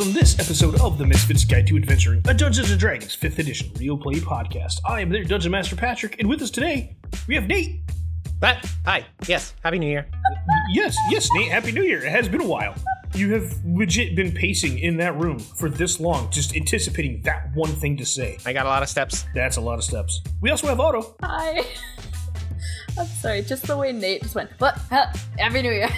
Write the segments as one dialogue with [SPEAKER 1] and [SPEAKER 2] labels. [SPEAKER 1] episode of the Misfits Guide to Adventuring, a Dungeons and Dragons 5th Edition Real Play podcast. I am their Dungeon Master Patrick, and with us today, we have Nate.
[SPEAKER 2] That, hi, yes, Happy New Year.
[SPEAKER 1] Yes, yes, Nate, Happy New Year. It has been a while. You have legit been pacing in that room for this long, just anticipating that one thing to say.
[SPEAKER 2] I got a lot of steps.
[SPEAKER 1] That's a lot of steps. We also have Otto.
[SPEAKER 3] Hi. I'm sorry, just the way Nate just went, what? Huh? Happy New Year.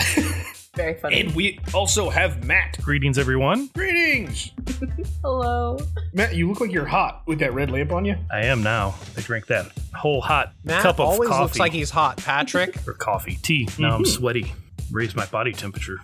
[SPEAKER 3] Very funny.
[SPEAKER 1] And we also have Matt.
[SPEAKER 4] Greetings, everyone.
[SPEAKER 1] Greetings!
[SPEAKER 3] Hello.
[SPEAKER 1] Matt, you look like you're hot with that red lamp on you.
[SPEAKER 4] I am now. I drank that whole hot
[SPEAKER 2] Matt
[SPEAKER 4] cup of
[SPEAKER 2] always
[SPEAKER 4] coffee
[SPEAKER 2] looks like Mm-hmm. he's hot. Patrick,
[SPEAKER 4] or coffee tea. Now I'm sweaty. Raised my body temperature.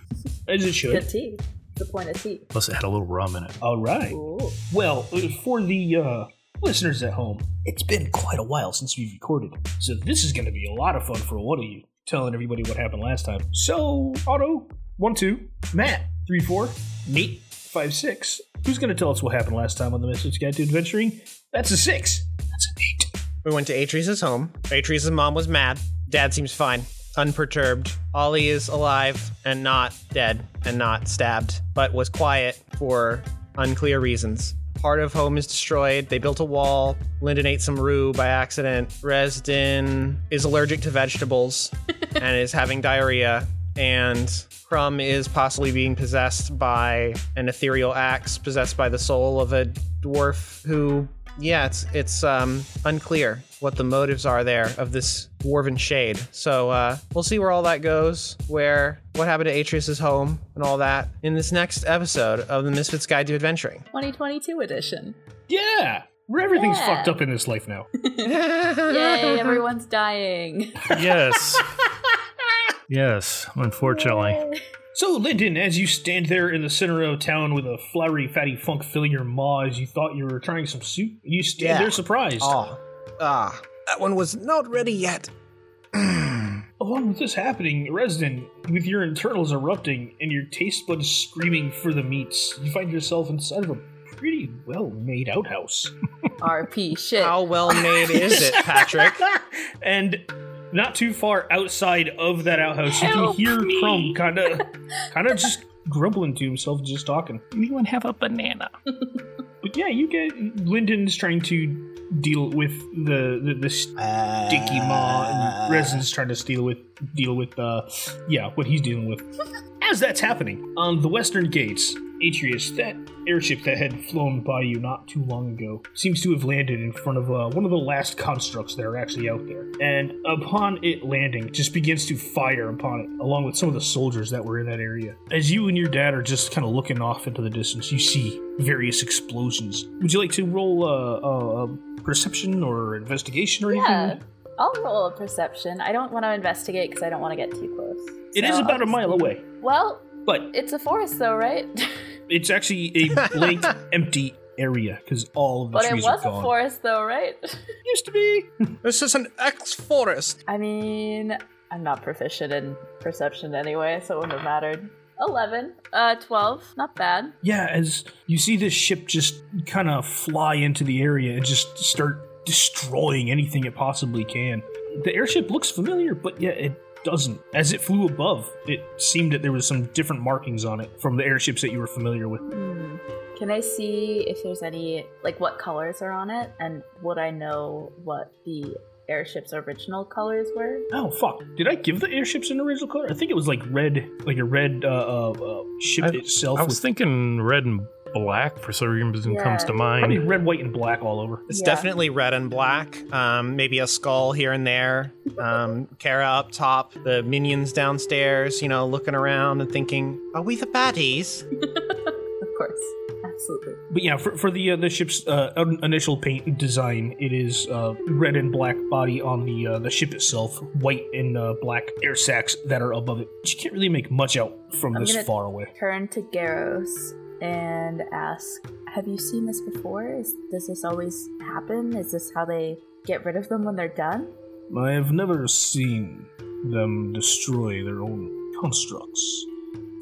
[SPEAKER 1] As it
[SPEAKER 3] Good
[SPEAKER 1] should.
[SPEAKER 3] tea. The point of tea.
[SPEAKER 4] Plus, it had a little rum in it.
[SPEAKER 1] All right.
[SPEAKER 3] Ooh.
[SPEAKER 1] Well, uh, for the uh, listeners at home, it's been quite a while since we've recorded, so this is going to be a lot of fun for one of you, telling everybody what happened last time. So, Otto, one two, Matt, three four, Nate, five six. Who's going to tell us what happened last time on the Misfits Guide to Adventuring? That's a six. That's an eight.
[SPEAKER 2] we went to Atreus's home. Atreus's mom was mad. Dad seems fine, unperturbed. Ollie is alive and not dead and not stabbed, but was quiet for unclear reasons. Part of home is destroyed. They built a wall. Lyndon ate some rue by accident. Resden is allergic to vegetables and is having diarrhea. and Crumb is possibly being possessed by an ethereal axe possessed by the soul of a dwarf who yeah, it's it's um unclear what the motives are there of this dwarven shade. So uh we'll see where all that goes, where what happened to Atreus's home and all that in this next episode of the Misfits Guide to Adventuring.
[SPEAKER 3] 2022 edition.
[SPEAKER 1] Yeah, where everything's
[SPEAKER 3] Yeah.
[SPEAKER 1] fucked up in this life now.
[SPEAKER 3] Yay, everyone's dying.
[SPEAKER 4] Yes. yes, unfortunately.
[SPEAKER 1] So, Lyndon, as you stand there in the center of town with a flowery, fatty funk filling your maw as you thought you were trying some soup, you stand
[SPEAKER 2] Yeah.
[SPEAKER 1] there surprised.
[SPEAKER 2] Ah, ah, that one was not ready yet.
[SPEAKER 1] Along with this happening, Resident, with your internals erupting and your taste buds screaming for the meats, you find yourself inside of a pretty well made outhouse.
[SPEAKER 3] RP shit.
[SPEAKER 2] How well made is it, Patrick?
[SPEAKER 1] and not too far outside of that outhouse, you can
[SPEAKER 3] Help
[SPEAKER 1] hear
[SPEAKER 3] me.
[SPEAKER 1] Crumb kind of kind of just grumbling to himself, just talking.
[SPEAKER 4] Anyone have a banana?
[SPEAKER 1] But yeah, you get Lyndon's trying to deal with the the, the sticky maw, and Resin's trying to deal with deal with uh, yeah, what he's dealing with. As that's happening on the western gates, Atreus, that airship that had flown by you not too long ago, seems to have landed in front of uh, one of the last constructs that are actually out there. And upon it landing, just begins to fire upon it, along with some of the soldiers that were in that area. As you and your dad are just kind of looking off into the distance, you see various explosions. Would you like to roll a, uh a perception or investigation or anything?
[SPEAKER 3] yeah. I'll roll a perception. I don't want to investigate because I don't want to get too close.
[SPEAKER 1] It
[SPEAKER 3] So
[SPEAKER 1] is about a
[SPEAKER 3] I'll-
[SPEAKER 2] uh,
[SPEAKER 1] mile away,
[SPEAKER 3] Well,
[SPEAKER 1] but
[SPEAKER 3] it's a forest though, right?
[SPEAKER 1] It's actually a blank, empty area because all of the
[SPEAKER 3] but it
[SPEAKER 1] trees
[SPEAKER 3] was
[SPEAKER 1] are
[SPEAKER 3] a
[SPEAKER 1] gone.
[SPEAKER 3] forest though, right?
[SPEAKER 1] used to be.
[SPEAKER 2] This is an ex forest.
[SPEAKER 3] I mean, I'm not proficient in perception anyway, so it wouldn't have mattered. 11, uh, 12, not bad.
[SPEAKER 1] Yeah, as you see this ship just kind of fly into the area and just start destroying anything it possibly can. The airship looks familiar, but yeah, it doesn't. As it flew above, it seemed that there was some different markings on it from the airships that you were familiar with.
[SPEAKER 3] Hmm. Can I see if there's any, like, what colors are on it? And would I know what the airship's original colors were?
[SPEAKER 1] Oh fuck! Did I give the airships an original color? I think it was like red, like a red uh, uh, uh, ship
[SPEAKER 4] I-
[SPEAKER 1] itself.
[SPEAKER 4] I was
[SPEAKER 1] with
[SPEAKER 4] thinking red and black for some reason
[SPEAKER 3] Yeah.
[SPEAKER 4] comes to
[SPEAKER 1] probably
[SPEAKER 4] mind.
[SPEAKER 1] red, white, and black all over.
[SPEAKER 2] It's
[SPEAKER 3] Yeah.
[SPEAKER 2] definitely red and black. Um, maybe a skull here and there. Um, Kara up top, the minions downstairs, you know, looking around and thinking, are we the baddies?
[SPEAKER 3] Of course. Absolutely.
[SPEAKER 1] But yeah, for, for the uh, the ship's uh, un- initial paint design, it is uh, red and black body on the uh, the ship itself, white and uh, black air sacs that are above it. But you can't really make much out from
[SPEAKER 3] I'm
[SPEAKER 1] this
[SPEAKER 3] gonna-
[SPEAKER 1] far away.
[SPEAKER 3] Turn to Garros and ask Have you seen this before? Is, does this always happen? Is this how they get rid of them when they're done?
[SPEAKER 1] I have never seen them destroy their own constructs.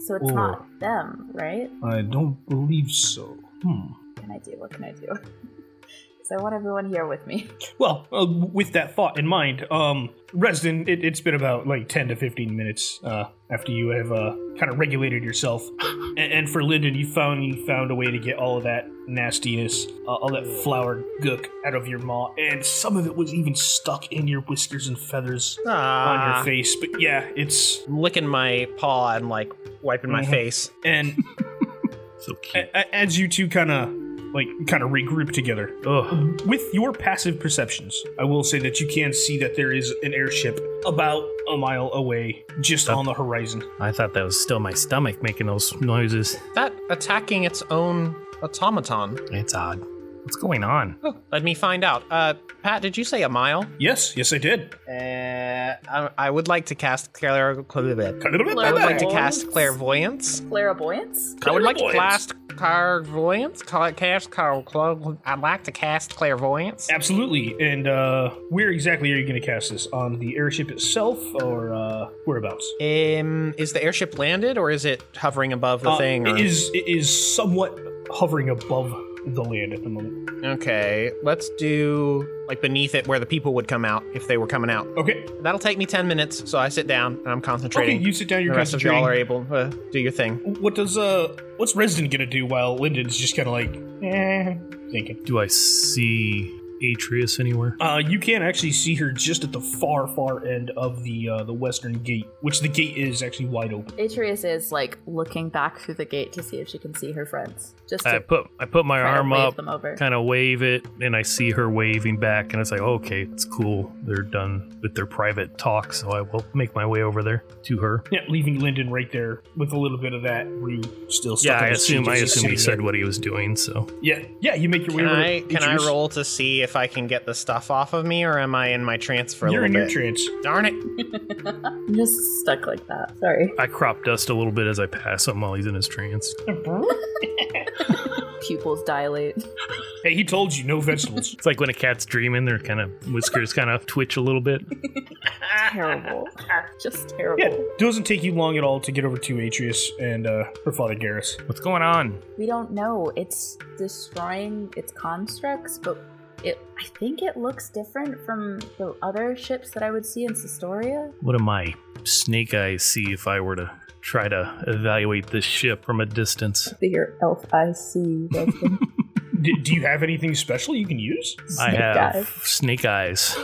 [SPEAKER 3] So it's
[SPEAKER 1] Ooh.
[SPEAKER 3] not them, right?
[SPEAKER 1] I don't believe so. Hmm.
[SPEAKER 3] What can I do? What can I do? because I want everyone here with me.
[SPEAKER 1] Well, uh, with that thought in mind, um, Resden, it, it's been about like 10 to 15 minutes uh, after you have uh, kind of regulated yourself. And, and for Lyndon, you found you found a way to get all of that nastiness, uh, all that flour gook out of your maw. And some of it was even stuck in your whiskers and feathers on your
[SPEAKER 2] Ah,
[SPEAKER 1] face. But yeah, it's.
[SPEAKER 2] licking my paw and like wiping my
[SPEAKER 1] Mhm.
[SPEAKER 2] face.
[SPEAKER 1] And
[SPEAKER 4] So cute.
[SPEAKER 1] a- a- as you two kind of. Like, kind of regroup together.
[SPEAKER 4] Ugh.
[SPEAKER 1] With your passive perceptions, I will say that you can see that there is an airship about a mile away, just on the horizon.
[SPEAKER 4] I thought that was still my stomach making those noises.
[SPEAKER 2] That attacking its own automaton.
[SPEAKER 4] It's odd. What's going on?
[SPEAKER 2] Oh, let me find out. Uh, Pat, did you say a mile?
[SPEAKER 1] Yes, yes, I did.
[SPEAKER 2] Uh, I, I would like to cast clairvoyance. I would like
[SPEAKER 1] Clairvoyance.
[SPEAKER 2] to cast clairvoyance.
[SPEAKER 3] Clairvoyance?
[SPEAKER 2] I would like to cast clairvoyance. Cla- Cast car- clo- I'd like to cast clairvoyance.
[SPEAKER 1] Absolutely. And uh, where exactly are you going to cast this? On the airship itself, or uh, whereabouts?
[SPEAKER 2] Um, is the airship landed or is it hovering above the
[SPEAKER 1] Uh,
[SPEAKER 2] thing? or-
[SPEAKER 1] it is. It is somewhat hovering above the land at the moment.
[SPEAKER 2] Okay, let's do like beneath it where the people would come out if they were coming out.
[SPEAKER 1] Okay.
[SPEAKER 2] That'll take me 10 minutes, so I sit down and I'm concentrating.
[SPEAKER 1] Okay. You sit down.
[SPEAKER 2] the
[SPEAKER 1] You're
[SPEAKER 2] rest of y'all are
[SPEAKER 1] concentrating.
[SPEAKER 2] able to do your thing.
[SPEAKER 1] What does uh? What's Resident gonna do while Lyndon's just kind of like eh, thinking?
[SPEAKER 4] Do I see Atreus anywhere?
[SPEAKER 1] Uh, you can actually see her just at the far, far end of the uh, the western gate, which the gate is actually wide open.
[SPEAKER 3] Atreus is like looking back through the gate to see if she can see her friends. Just
[SPEAKER 4] I
[SPEAKER 3] to
[SPEAKER 4] put I put my
[SPEAKER 3] try to
[SPEAKER 4] arm
[SPEAKER 3] wave
[SPEAKER 4] up,
[SPEAKER 3] them over.
[SPEAKER 4] kind of wave it, and I see her waving back, and it's like, okay, it's cool. They're done with their private talk, so I will make my way over there to her.
[SPEAKER 1] Yeah, leaving Lyndon right there with a little bit of that root still stuck.
[SPEAKER 4] yeah,
[SPEAKER 1] in
[SPEAKER 4] I
[SPEAKER 1] the
[SPEAKER 4] assume I
[SPEAKER 1] seat.
[SPEAKER 4] assume he said what he was doing. So
[SPEAKER 1] Yeah, yeah. You make your way.
[SPEAKER 2] Can
[SPEAKER 1] over
[SPEAKER 2] I
[SPEAKER 1] to
[SPEAKER 2] can I
[SPEAKER 1] Idris.
[SPEAKER 2] roll to see if I can get the stuff off of me, or am I in my trance for a
[SPEAKER 1] You're
[SPEAKER 2] little
[SPEAKER 1] in your
[SPEAKER 2] bit?
[SPEAKER 1] trance.
[SPEAKER 2] Darn it!
[SPEAKER 3] I'm just stuck like that. Sorry.
[SPEAKER 4] I crop dust a little bit as I pass him while he's in his trance.
[SPEAKER 3] Pupils dilate.
[SPEAKER 1] Hey, he told you no vegetables.
[SPEAKER 4] It's like when a cat's dreaming, their kind of whiskers kind of twitch a little bit.
[SPEAKER 3] terrible. Just terrible.
[SPEAKER 1] yeah, it doesn't take you long at all to get over to Atreus and uh, her father Garrus.
[SPEAKER 4] What's going on?
[SPEAKER 3] We don't know. It's destroying its constructs, but it I think it looks different from the other ships that I would see in Sistoria.
[SPEAKER 4] What do my snake eyes see if I were to try to evaluate this ship from a distance?
[SPEAKER 3] Your elf I see.
[SPEAKER 1] D- do you have anything special you can use?
[SPEAKER 4] I have snake eyes.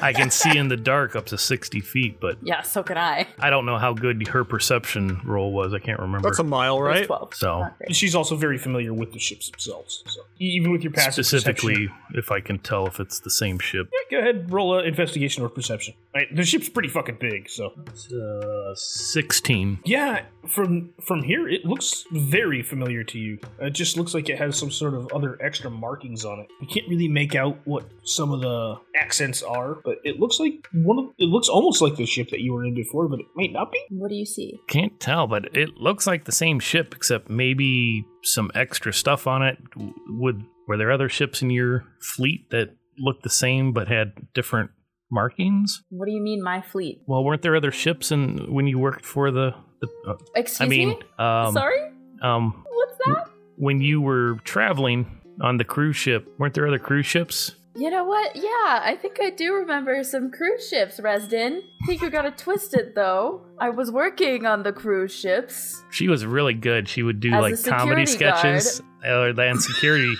[SPEAKER 4] I can see in the dark up to 60 feet, but
[SPEAKER 3] Yeah, so can I.
[SPEAKER 4] I don't know how good her perception roll was. I can't remember.
[SPEAKER 2] mile,
[SPEAKER 3] It was 12.
[SPEAKER 4] So,
[SPEAKER 3] Not great.
[SPEAKER 1] She's also very familiar with the ships themselves, so e- even with your passive
[SPEAKER 4] Specifically,
[SPEAKER 1] perception-
[SPEAKER 4] if I can tell if it's the same ship.
[SPEAKER 1] Go ahead, roll a investigation or perception. All right, the ship's pretty fucking big, so
[SPEAKER 4] Uh, 16.
[SPEAKER 1] yeah. From from here, it looks very familiar to you. It just looks like it has some sort of other extra markings on it. You can't really make out what some of the accents are, but it looks like one of it looks almost like the ship that you were in before, but it might not be.
[SPEAKER 3] What do you see?
[SPEAKER 4] Can't tell, but it looks like the same ship, except maybe some extra stuff on it. W- Would were there other ships in your fleet that looked the same but had different markings?
[SPEAKER 3] What do you mean, my fleet?
[SPEAKER 4] Well, weren't there other ships in when you worked for the? the uh,
[SPEAKER 3] Excuse
[SPEAKER 4] I mean,
[SPEAKER 3] me?
[SPEAKER 4] um,
[SPEAKER 3] Sorry?
[SPEAKER 4] um,
[SPEAKER 3] What's that?
[SPEAKER 4] when you were traveling on the cruise ship, weren't there other cruise ships?
[SPEAKER 3] You know what? Yeah, I think I do remember some cruise ships, Resden. I think you got it twisted, though. I was working on the cruise ships.
[SPEAKER 4] She was really good. She would do
[SPEAKER 3] As a
[SPEAKER 4] like
[SPEAKER 3] security
[SPEAKER 4] comedy sketches other than security.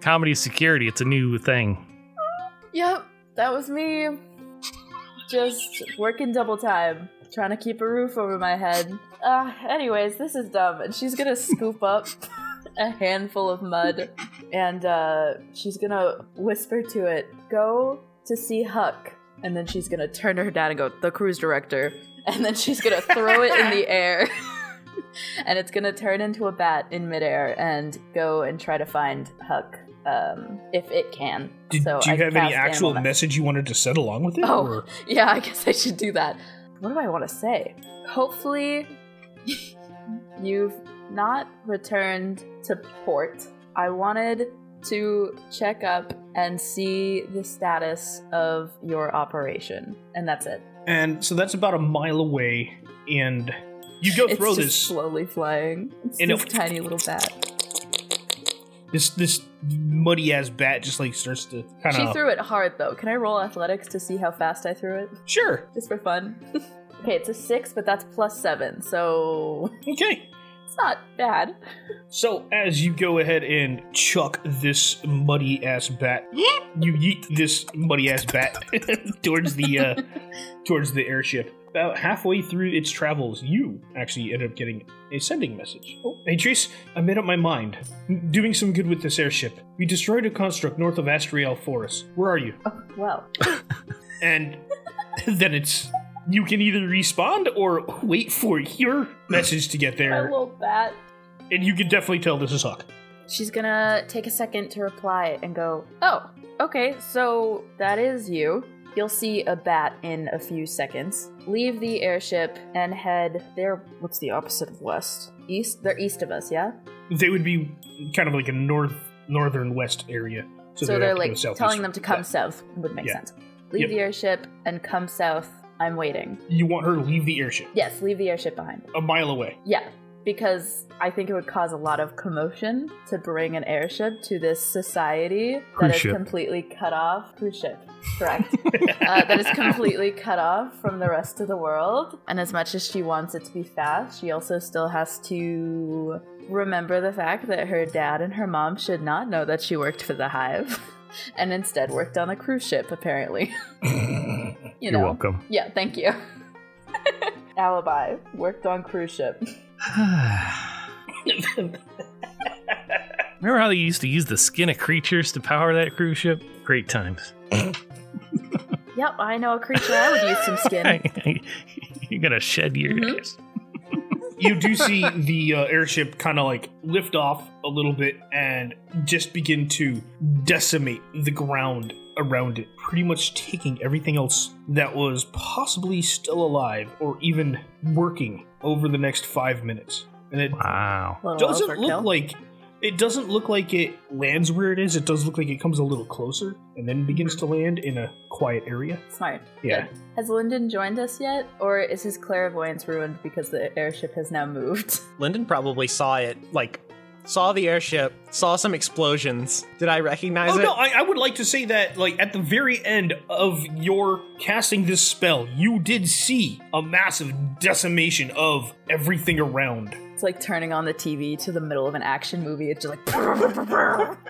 [SPEAKER 4] comedy security. It's a new thing.
[SPEAKER 3] Yep, that was me. Just working double time, trying to keep a roof over my head. Uh, anyways, this is dumb. And she's gonna scoop up a handful of mud and uh, she's gonna whisper to it, Go to see Huck. And then she's gonna turn to her dad and go, The cruise director. And then she's gonna throw it in the air. and it's gonna turn into a bat in midair and go and try to find Huck um, if it can.
[SPEAKER 1] Did,
[SPEAKER 3] so
[SPEAKER 1] do you
[SPEAKER 3] I
[SPEAKER 1] have any
[SPEAKER 3] cast
[SPEAKER 1] actual
[SPEAKER 3] animal ma-
[SPEAKER 1] message you wanted to send along with it?
[SPEAKER 3] Oh.
[SPEAKER 1] or-
[SPEAKER 3] yeah, I guess I should do that. What do I want to say? Hopefully, you've not returned to port. I wanted to check up and see the status of your operation, and that's it.
[SPEAKER 1] and so that's about a mile away, and you go
[SPEAKER 3] it's
[SPEAKER 1] throw
[SPEAKER 3] just
[SPEAKER 1] this.
[SPEAKER 3] slowly flying. It's
[SPEAKER 1] And
[SPEAKER 3] this
[SPEAKER 1] it-
[SPEAKER 3] tiny little bat.
[SPEAKER 1] This this muddy ass bat just like starts to kind
[SPEAKER 3] She
[SPEAKER 1] of
[SPEAKER 3] threw it hard though. Can I roll athletics to see how fast I threw it?
[SPEAKER 1] sure
[SPEAKER 3] Just for fun. okay, it's a six, but that's plus seven, so
[SPEAKER 1] okay.
[SPEAKER 3] it's not bad.
[SPEAKER 1] So as you go ahead and chuck this muddy ass bat, you yeet this muddy ass bat towards the uh, towards the airship. About halfway through its travels, you actually end up getting a sending message. Oh, Atreus, I made up my mind. I'm doing some good with this airship. We destroyed a construct north of Astriel Forest. Where are you?
[SPEAKER 3] Oh, well,
[SPEAKER 1] And then it's you can either respond or wait for your message to get
[SPEAKER 3] my
[SPEAKER 1] there.
[SPEAKER 3] little bat.
[SPEAKER 1] And you can definitely tell this is Hawk.
[SPEAKER 3] She's gonna take a second to reply and go, Oh, okay, so that is you. You'll see a bat in a few seconds. Leave the airship and head. They're. What's the opposite of west? East? They're east of us, yeah?
[SPEAKER 1] they would be kind of like a north northern west area.
[SPEAKER 3] So,
[SPEAKER 1] they'd
[SPEAKER 3] they're
[SPEAKER 1] have to
[SPEAKER 3] like
[SPEAKER 1] go southeast.
[SPEAKER 3] telling them to come
[SPEAKER 1] Yeah.
[SPEAKER 3] south. Would make
[SPEAKER 1] Yeah.
[SPEAKER 3] sense. Leave
[SPEAKER 1] Yep.
[SPEAKER 3] the airship and come south. I'm waiting.
[SPEAKER 1] You want her to leave the airship
[SPEAKER 3] Yes, leave the airship behind.
[SPEAKER 1] a mile away.
[SPEAKER 3] Yeah, because I think it would cause a lot of commotion to bring an airship to this society that is
[SPEAKER 4] Cruise ship.
[SPEAKER 3] completely cut off. Cruise ship, correct. uh, that is completely cut off from the rest of the world. And as much as she wants it to be fast, she also still has to remember the fact that her dad and her mom should not know that she worked for the hive. And instead worked on a cruise ship, apparently. you know.
[SPEAKER 4] You're welcome.
[SPEAKER 3] Yeah, thank you. Alibi. Worked on cruise ship.
[SPEAKER 4] Remember how they used to use the skin of creatures to power that cruise ship? Great times.
[SPEAKER 3] Yep, I know a creature I would use some skin.
[SPEAKER 4] You're gonna shed your
[SPEAKER 3] Mhm.
[SPEAKER 4] ass.
[SPEAKER 1] you do see the uh, airship kind of like lift off a little bit and just begin to decimate the ground around it, pretty much taking everything else that was possibly still alive or even working over the next five minutes. And it
[SPEAKER 4] Wow.
[SPEAKER 3] Little
[SPEAKER 1] doesn't
[SPEAKER 3] overkill.
[SPEAKER 1] look like it doesn't look like it lands where it is. It does look like it comes a little closer and then begins to land in a quiet area.
[SPEAKER 3] smart.
[SPEAKER 1] Yeah.
[SPEAKER 3] Good. Has Lyndon joined us yet, or is his clairvoyance ruined because the airship has now moved?
[SPEAKER 2] Lyndon probably saw it, like, saw the airship, saw some explosions. Did I recognize
[SPEAKER 1] oh
[SPEAKER 2] it?
[SPEAKER 1] no, I, I would like to say that like at the very end of your casting this spell, you did see a massive decimation of everything around.
[SPEAKER 3] It's like turning on the TV to the middle of an action movie. It's just like you're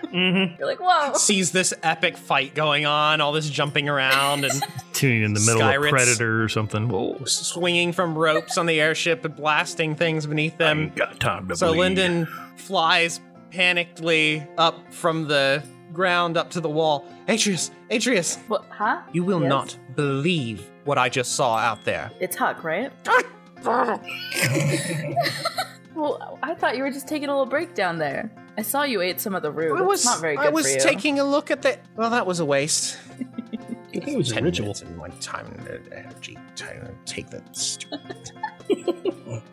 [SPEAKER 1] Mm-hmm.
[SPEAKER 3] like, whoa.
[SPEAKER 2] Sees this epic fight going on, all this jumping around and
[SPEAKER 4] Tuning in the middle
[SPEAKER 2] Skyritz.
[SPEAKER 4] of Predator or something. Whoa.
[SPEAKER 2] swinging from ropes on the airship and blasting things beneath them.
[SPEAKER 4] got time to
[SPEAKER 2] So
[SPEAKER 4] bleed.
[SPEAKER 2] Lyndon flies panickedly up from the ground up to the wall. Atreus, Atreus,
[SPEAKER 3] What? Huh?
[SPEAKER 2] you will
[SPEAKER 3] Yes?
[SPEAKER 2] not believe what I just saw out there.
[SPEAKER 3] It's Huck, right? well, I thought you were just taking a little break down there. I saw you ate some of the root.
[SPEAKER 2] I was
[SPEAKER 3] it's not very good
[SPEAKER 2] I was
[SPEAKER 3] for you.
[SPEAKER 2] taking a look at the Well, that was a waste.
[SPEAKER 1] Good thing it was a
[SPEAKER 2] Ten
[SPEAKER 1] ritual.
[SPEAKER 2] minutes and my time and energy. Time to take that. stupid-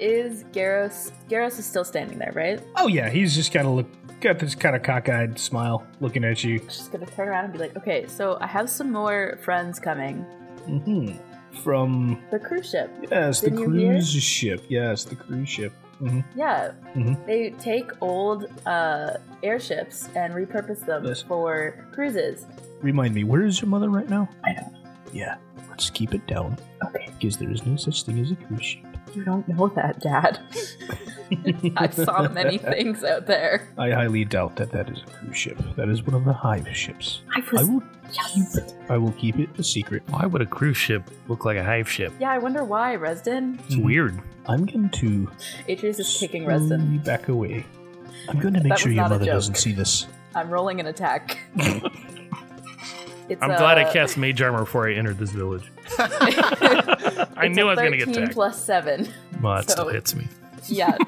[SPEAKER 3] Is Garros? Garros is still standing there, right?
[SPEAKER 1] Oh yeah, he's just kind of look got this kind of cockeyed smile looking at you.
[SPEAKER 3] She's gonna turn around and be like, okay, so I have some more friends coming.
[SPEAKER 1] Mm-hmm. From
[SPEAKER 3] The cruise ship.
[SPEAKER 1] yes, the
[SPEAKER 3] Didn't you hear?
[SPEAKER 1] cruise ship. Yes, the cruise ship. Mm-hmm.
[SPEAKER 3] Yeah.
[SPEAKER 1] Mhm.
[SPEAKER 3] They take old uh, airships and repurpose them
[SPEAKER 1] Yes.
[SPEAKER 3] for cruises.
[SPEAKER 1] Remind me, where is your mother right now? I know. Yeah. Let's keep it down. Okay. Because there is no such thing as a cruise ship.
[SPEAKER 3] You don't know that, Dad. I saw many things out there.
[SPEAKER 1] I highly doubt that that is a cruise ship. That is one of the hive ships.
[SPEAKER 3] I
[SPEAKER 1] I
[SPEAKER 3] was.
[SPEAKER 1] will.
[SPEAKER 3] yes.
[SPEAKER 1] I will keep it a secret.
[SPEAKER 4] Why would a cruise ship look like a hive ship?
[SPEAKER 3] Yeah, I wonder why, Resden.
[SPEAKER 1] Mm-hmm.
[SPEAKER 4] It's weird.
[SPEAKER 1] I'm going to
[SPEAKER 3] Atreus is kicking
[SPEAKER 1] slowly
[SPEAKER 3] Resden.
[SPEAKER 1] back away. I'm going to make
[SPEAKER 3] That
[SPEAKER 1] sure
[SPEAKER 3] was
[SPEAKER 1] your
[SPEAKER 3] not a
[SPEAKER 1] mother
[SPEAKER 3] joke.
[SPEAKER 1] doesn't see this.
[SPEAKER 3] I'm rolling an attack. It's
[SPEAKER 4] I'm glad I
[SPEAKER 3] a-
[SPEAKER 4] cast mage armor before I entered this village. I
[SPEAKER 3] it's
[SPEAKER 4] knew
[SPEAKER 3] a
[SPEAKER 4] I was gonna get
[SPEAKER 3] 13
[SPEAKER 4] tagged.
[SPEAKER 3] plus seven.
[SPEAKER 4] But it still
[SPEAKER 3] so-
[SPEAKER 4] hits me.
[SPEAKER 3] Yeah.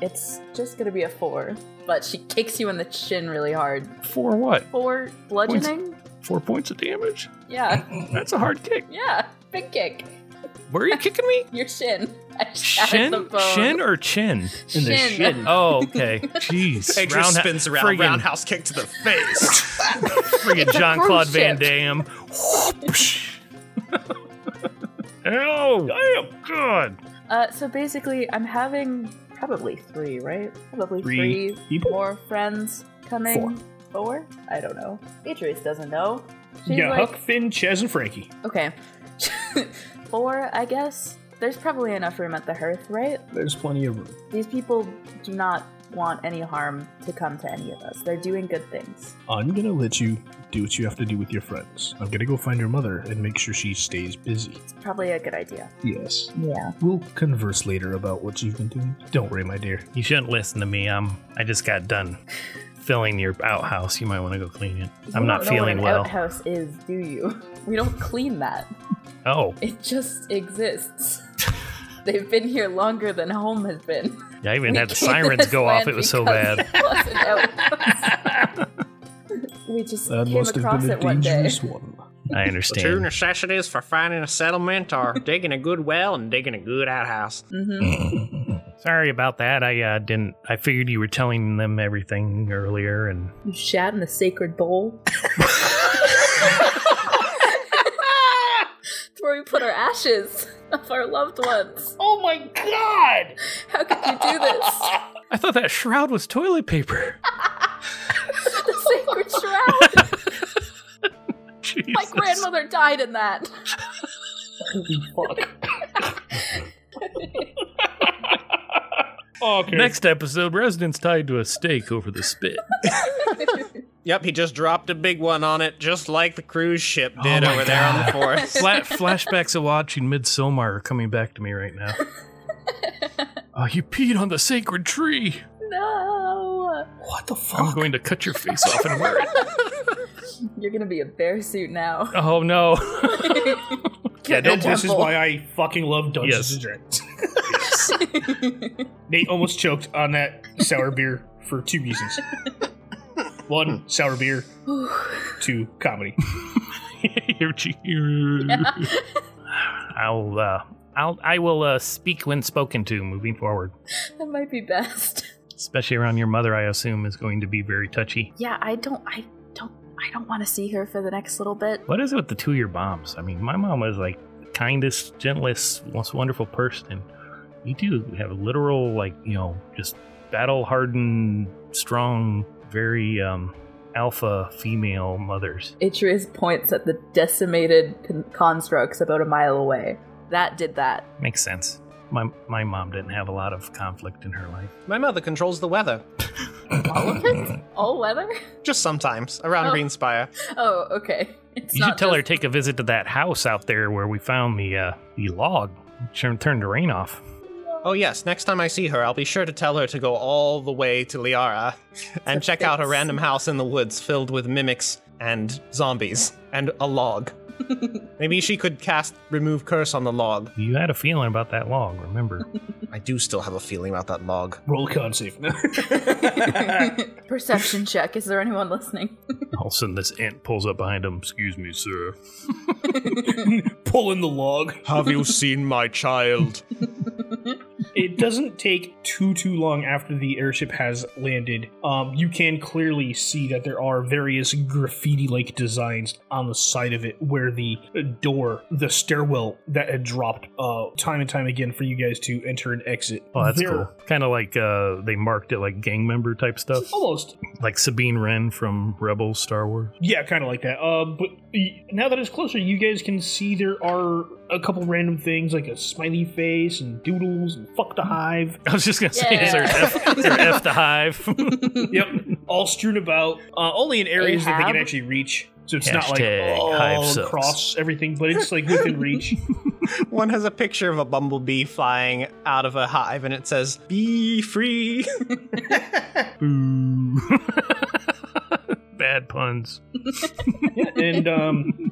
[SPEAKER 3] it's just gonna be a four, but she kicks you in the chin really hard.
[SPEAKER 4] For what?
[SPEAKER 3] Four bludgeoning?
[SPEAKER 4] Four points of damage?
[SPEAKER 3] Yeah,
[SPEAKER 4] That's a hard kick.
[SPEAKER 3] yeah. Big kick.
[SPEAKER 4] Where are you kicking me?
[SPEAKER 3] Your shin. I just added the
[SPEAKER 4] Shin?
[SPEAKER 3] bone.
[SPEAKER 4] Shin or chin?
[SPEAKER 1] In the
[SPEAKER 3] Shin.
[SPEAKER 1] shin.
[SPEAKER 4] Oh, okay. Jeez.
[SPEAKER 2] Atreus
[SPEAKER 4] Roundhou-
[SPEAKER 2] spins around,
[SPEAKER 4] friggin-
[SPEAKER 2] roundhouse kick to the face.
[SPEAKER 4] Friggin' John Claude Van
[SPEAKER 3] ship.
[SPEAKER 4] Damme. Ow! Damn! God!
[SPEAKER 3] Uh, so basically, I'm having probably three, right? Probably
[SPEAKER 1] Three
[SPEAKER 3] three,
[SPEAKER 1] people?
[SPEAKER 3] more friends coming. Four. I don't know. Beatrice doesn't know. She's
[SPEAKER 1] yeah,
[SPEAKER 3] like,
[SPEAKER 1] Huck, Finn, Ches, and Frankie.
[SPEAKER 3] okay, four, I guess. There's probably enough room at the hearth, right?
[SPEAKER 1] There's plenty of room.
[SPEAKER 3] These people do not want any harm to come to any of us. They're doing good things.
[SPEAKER 1] I'm gonna let you do what you have to do with your friends. I'm gonna go find your mother and make sure she stays busy.
[SPEAKER 3] It's probably a good idea.
[SPEAKER 1] Yes.
[SPEAKER 3] Yeah.
[SPEAKER 1] We'll converse later about what you've been doing. Don't worry, my dear.
[SPEAKER 4] You shouldn't listen to me. I'm. I just got done filling your outhouse. You might want to go clean it. I'm not feeling well.
[SPEAKER 3] Outhouse is, do you? We don't clean that.
[SPEAKER 4] Oh,
[SPEAKER 3] It just exists. They've been here longer than home has been.
[SPEAKER 4] yeah, I even
[SPEAKER 3] We
[SPEAKER 4] had the
[SPEAKER 3] came to
[SPEAKER 4] sirens
[SPEAKER 3] this
[SPEAKER 4] go off.
[SPEAKER 3] land
[SPEAKER 4] It was so
[SPEAKER 3] because
[SPEAKER 4] bad.
[SPEAKER 3] it was an outhouse. we just
[SPEAKER 1] That
[SPEAKER 3] came
[SPEAKER 1] must have
[SPEAKER 3] across
[SPEAKER 1] been a
[SPEAKER 3] it one day.
[SPEAKER 1] dangerous one.
[SPEAKER 4] I
[SPEAKER 2] The two
[SPEAKER 4] understand.
[SPEAKER 2] necessities for finding a settlement are digging a good well and digging a good outhouse.
[SPEAKER 1] Mm.
[SPEAKER 3] hmm
[SPEAKER 4] Sorry about that. I uh, didn't. I figured you were telling them everything earlier, and
[SPEAKER 3] You shat in the sacred bowl. it's where we put our ashes of our loved ones.
[SPEAKER 1] Oh my god!
[SPEAKER 3] How could you do this?
[SPEAKER 4] I thought that shroud was toilet paper.
[SPEAKER 3] the sacred shroud.
[SPEAKER 4] Jesus.
[SPEAKER 3] My grandmother died in that.
[SPEAKER 1] Okay.
[SPEAKER 4] Next episode, residents tied to a stake over the spit.
[SPEAKER 2] Yep, he just dropped a big one on it, just like the cruise ship
[SPEAKER 4] Oh
[SPEAKER 2] did
[SPEAKER 4] my
[SPEAKER 2] over there on the forest.
[SPEAKER 4] Flat flashbacks of watching Midsummer are coming back to me right now. Oh, you peed on the sacred tree.
[SPEAKER 3] no.
[SPEAKER 1] What the fuck?
[SPEAKER 4] I'm going to cut your face off and wear it.
[SPEAKER 3] You're gonna be a bear suit now.
[SPEAKER 4] Oh no. yeah,
[SPEAKER 1] And
[SPEAKER 4] don't
[SPEAKER 1] this is
[SPEAKER 3] Temple.
[SPEAKER 1] why I fucking love Dungeons
[SPEAKER 4] Yes.
[SPEAKER 1] and Dragons. Nate almost choked on that sour beer for two reasons. One, sour beer. Two, comedy.
[SPEAKER 4] Your cheek. I'll uh, I'll I will uh, speak when spoken to moving forward.
[SPEAKER 3] that might be best.
[SPEAKER 4] Especially around your mother, I assume is going to be very touchy.
[SPEAKER 3] Yeah, I don't. I don't. I don't want to see her for the next little bit.
[SPEAKER 4] What is it with the two year bombs? I mean, my mom was like the kindest, gentlest, most wonderful person. And you do have a literal, like, you know, just battle hardened, strong, very um, alpha female mothers.
[SPEAKER 3] Atreus points at the decimated con- constructs about a mile away. That did that.
[SPEAKER 4] Makes sense. My, my mom didn't have a lot of conflict in her life.
[SPEAKER 2] My mother controls the weather,
[SPEAKER 3] All of it? All weather?
[SPEAKER 2] just sometimes around
[SPEAKER 3] Oh.
[SPEAKER 2] Greenspire.
[SPEAKER 3] Oh, okay. It's
[SPEAKER 4] you should tell her take a visit to that house out there where we found the uh, the log. Turn turned the rain off.
[SPEAKER 2] Oh yes, next time I see her, I'll be sure to tell her to go all the way to Liara and
[SPEAKER 3] To
[SPEAKER 2] check out a
[SPEAKER 3] fix.
[SPEAKER 2] random house in the woods filled with mimics and zombies and a log. Maybe she could cast remove curse on the log.
[SPEAKER 4] You had a feeling about that log, remember?
[SPEAKER 2] I do still have a feeling about that log.
[SPEAKER 1] Roll con safe.
[SPEAKER 3] just- Perception check. Is there anyone listening?
[SPEAKER 4] All of a sudden, this ant pulls up behind him. Excuse me, sir.
[SPEAKER 1] Pulling the log.
[SPEAKER 2] Have you seen my child?
[SPEAKER 1] It doesn't take too too long after the airship has landed. Um, you can clearly see that there are various graffiti-like designs on the side of it, where the door, the stairwell that had dropped uh, time and time again for you guys to enter and exit.
[SPEAKER 4] Oh, that's
[SPEAKER 1] There-
[SPEAKER 4] cool. Kind of like uh, they marked it like gang member type stuff,
[SPEAKER 3] Oh.
[SPEAKER 1] Almost.
[SPEAKER 4] like Sabine Wren from Rebels Star Wars.
[SPEAKER 1] Yeah, kind of like that. Uh, but y- now that it's closer, you guys can see there are a couple random things like a smiley face and doodles and fuck the hive,
[SPEAKER 4] I was just gonna say, is there
[SPEAKER 3] Yeah.
[SPEAKER 4] F, is there F the Hive?
[SPEAKER 1] Yep. all strewn about, uh, only in areas that they
[SPEAKER 3] Ahab?
[SPEAKER 1] can actually reach. So it's not
[SPEAKER 4] Hashtag
[SPEAKER 1] like
[SPEAKER 4] hive
[SPEAKER 1] all
[SPEAKER 4] sucks.
[SPEAKER 1] across everything, but it's like within reach.
[SPEAKER 2] One has a picture of a bumblebee flying out of a hive and it says, Be free.
[SPEAKER 4] Boo. Bad puns.
[SPEAKER 1] and um,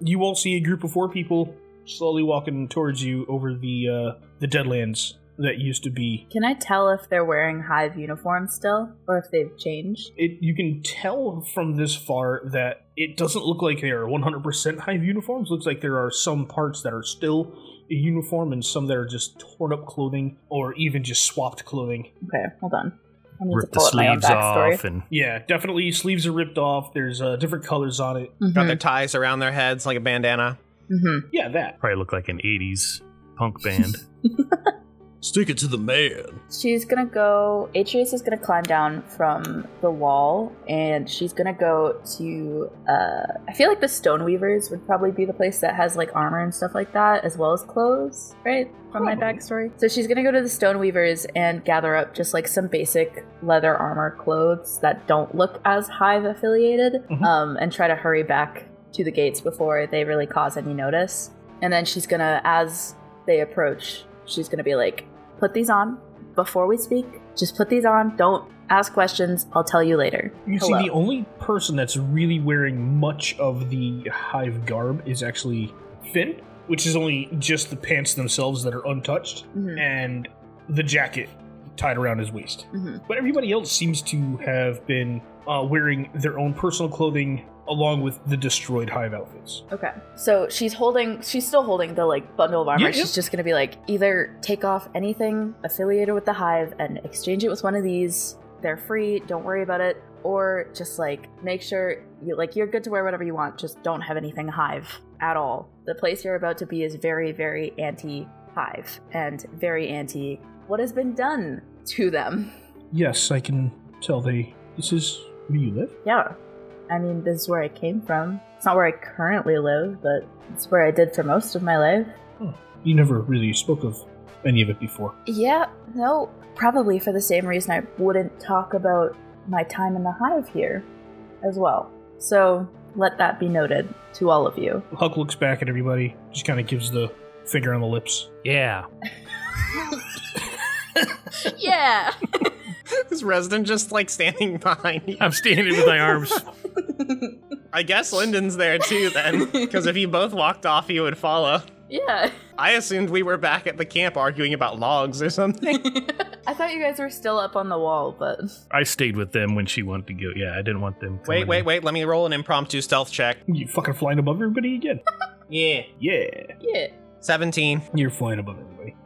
[SPEAKER 1] you all see a group of four people slowly walking towards you over the uh, the deadlands that used to be
[SPEAKER 3] Can I tell if they're wearing hive uniforms still, or if they've changed?
[SPEAKER 1] it you can tell from this far that it doesn't look like they are 100% hive uniforms looks like there are some parts that are still a uniform and some that are just torn up clothing or even just swapped clothing
[SPEAKER 3] Okay, hold on. I need
[SPEAKER 4] Rip
[SPEAKER 3] to
[SPEAKER 4] the
[SPEAKER 3] pull up my own
[SPEAKER 4] sleeves
[SPEAKER 3] backstory.
[SPEAKER 4] off, and
[SPEAKER 1] yeah definitely sleeves are ripped off there's uh, different colors on it
[SPEAKER 2] Got
[SPEAKER 3] Mhm,
[SPEAKER 2] their ties around their heads like a bandana.
[SPEAKER 3] mhm.
[SPEAKER 1] yeah that
[SPEAKER 4] probably look like an '80s punk band.
[SPEAKER 5] Stick it to the man.
[SPEAKER 3] She's gonna go. Atreus is gonna climb down from the wall, and she's gonna go to. Uh, I feel like the stone weavers would probably be the place that has like armor and stuff like that, as well as clothes, right? From my
[SPEAKER 1] Probably.
[SPEAKER 3] backstory. So she's gonna go to the stone weavers and gather up just like some basic leather armor clothes that don't look as hive affiliated,
[SPEAKER 1] Mhm.
[SPEAKER 3] um, and try to hurry back to the gates before they really cause any notice. And then she's gonna, as they approach, she's gonna be like, put these on before we speak. Just put these on. Don't ask questions. I'll tell you later.
[SPEAKER 1] You
[SPEAKER 3] Hello.
[SPEAKER 1] see, the only person that's really wearing much of the hive garb is actually Finn, which is only just the pants themselves that are untouched
[SPEAKER 3] Mhm,
[SPEAKER 1] and the jacket tied around his waist.
[SPEAKER 3] mhm.
[SPEAKER 1] But everybody else seems to have been uh, wearing their own personal clothing along with the destroyed hive outfits.
[SPEAKER 3] Okay. So she's holding, she's still holding the like bundle of armor.
[SPEAKER 1] Yeah, yeah.
[SPEAKER 3] She's just gonna be like, either take off anything affiliated with the hive and exchange it with one of these. They're free. Don't worry about it. Or just like make sure you like you're good to wear whatever you want. Just don't have anything hive at all. The place you're about to be is very, very anti hive and very anti what has been done to them.
[SPEAKER 1] Yes, I can tell they. This is where you live?
[SPEAKER 3] Yeah. I mean, this is where I came from. It's not where I currently live, but it's where I did for most of my life.
[SPEAKER 1] You never really spoke of any of it before.
[SPEAKER 3] Yeah, no, probably for the same reason I wouldn't talk about my time in the hive here as well. So let that be noted to all of you.
[SPEAKER 1] Huck looks back at everybody, just kind of gives the finger on the lips.
[SPEAKER 4] Yeah.
[SPEAKER 3] Yeah!
[SPEAKER 2] Is Resden just like standing behind you?
[SPEAKER 4] I'm standing with my arms.
[SPEAKER 2] I guess Lyndon's there too then, because if you both walked off, he would follow.
[SPEAKER 3] yeah.
[SPEAKER 2] I assumed we were back at the camp arguing about logs or something.
[SPEAKER 3] I thought you guys were still up on the wall, but.
[SPEAKER 4] I stayed with them when she wanted to go. Yeah, I didn't want them.
[SPEAKER 2] wait,
[SPEAKER 4] coming
[SPEAKER 2] wait,
[SPEAKER 4] in.
[SPEAKER 2] wait. Let me roll an impromptu stealth check.
[SPEAKER 1] You fucking flying above everybody again?
[SPEAKER 2] Yeah.
[SPEAKER 1] Yeah.
[SPEAKER 3] Yeah.
[SPEAKER 2] 17.
[SPEAKER 1] You're flying above everybody.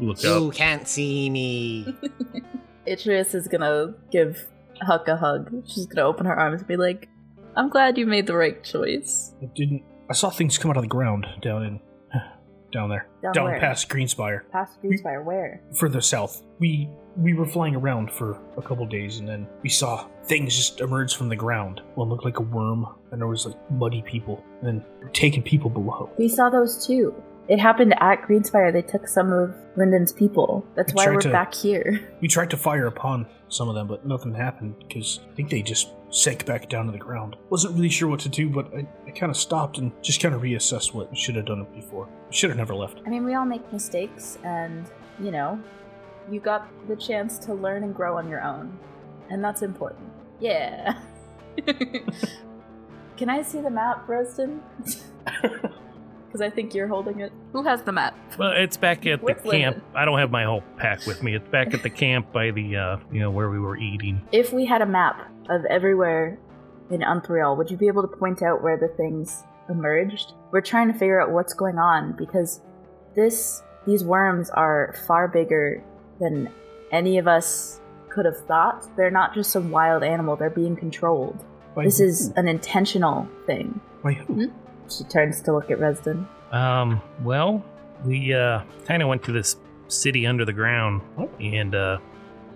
[SPEAKER 4] Look up.
[SPEAKER 2] can't see me.
[SPEAKER 3] Atreus is gonna give Huck a hug. She's gonna open her arms and be like, I'm glad you made the right choice.
[SPEAKER 1] I didn't. I saw things come out of the ground down in. down there.
[SPEAKER 3] Down
[SPEAKER 1] down
[SPEAKER 3] where?
[SPEAKER 1] past Greenspire.
[SPEAKER 3] Past Greenspire, where?
[SPEAKER 1] Further south. We. We were flying around for a couple days, and then we saw things just emerge from the ground. One looked like a worm, and there was like muddy people, and then taking people below.
[SPEAKER 3] We saw those too. It happened at Greenspire. They took some of Lyndon's people. That's
[SPEAKER 1] I
[SPEAKER 3] why
[SPEAKER 1] tried
[SPEAKER 3] we're
[SPEAKER 1] to-
[SPEAKER 3] back here.
[SPEAKER 1] We tried to fire upon some of them, but nothing happened because I think they just sank back down to the ground. Wasn't really sure what to do, but I, I kind of stopped and just kind of reassessed what should have done it before. Should have never left.
[SPEAKER 3] I mean, we all make mistakes, and, you know, you got the chance to learn and grow on your own. And that's important. Yeah. Can I see the map, Bresden? Because I think you're holding it. Who has the map?
[SPEAKER 4] Well, it's back at the
[SPEAKER 3] With Lyndon.
[SPEAKER 4] camp. I don't have my whole pack with me. It's back at the camp by the, uh, you know, where we were eating.
[SPEAKER 3] If we had a map of everywhere in Unthreal, would you be able to point out where the things emerged? We're trying to figure out what's going on because this these worms are far bigger than any of us could have thought. They're not just some wild animal, they're being controlled.
[SPEAKER 1] By
[SPEAKER 3] This
[SPEAKER 1] who?
[SPEAKER 3] is an intentional thing.
[SPEAKER 1] by who?
[SPEAKER 3] She turns to look at Resden.
[SPEAKER 4] Um, well, we uh, kind of went to this city under the ground
[SPEAKER 1] What?
[SPEAKER 4] and uh,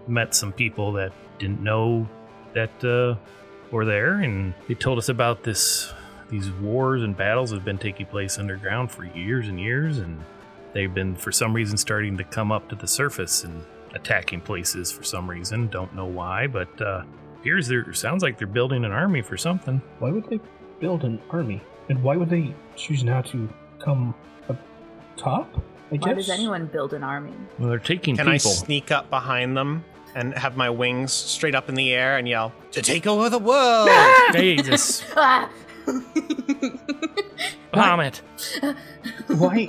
[SPEAKER 4] met some people that didn't know that uh, were there, and they told us about this. These wars and battles have been taking place underground for years and years, and they've been for some reason starting to come up to the surface and attacking places for some reason. Don't know why, but uh, appears there sounds like they're building an army for something.
[SPEAKER 1] Why would they build an army? And why would they choose now to come up top? I
[SPEAKER 3] Why
[SPEAKER 1] guess.
[SPEAKER 3] does anyone build an army?
[SPEAKER 4] Well, they're taking
[SPEAKER 2] Can I
[SPEAKER 4] people.
[SPEAKER 2] sneak up behind them and have my wings straight up in the air and yell, To take over the world!
[SPEAKER 4] Jesus,
[SPEAKER 3] Ah!
[SPEAKER 4] vomit.
[SPEAKER 1] Why?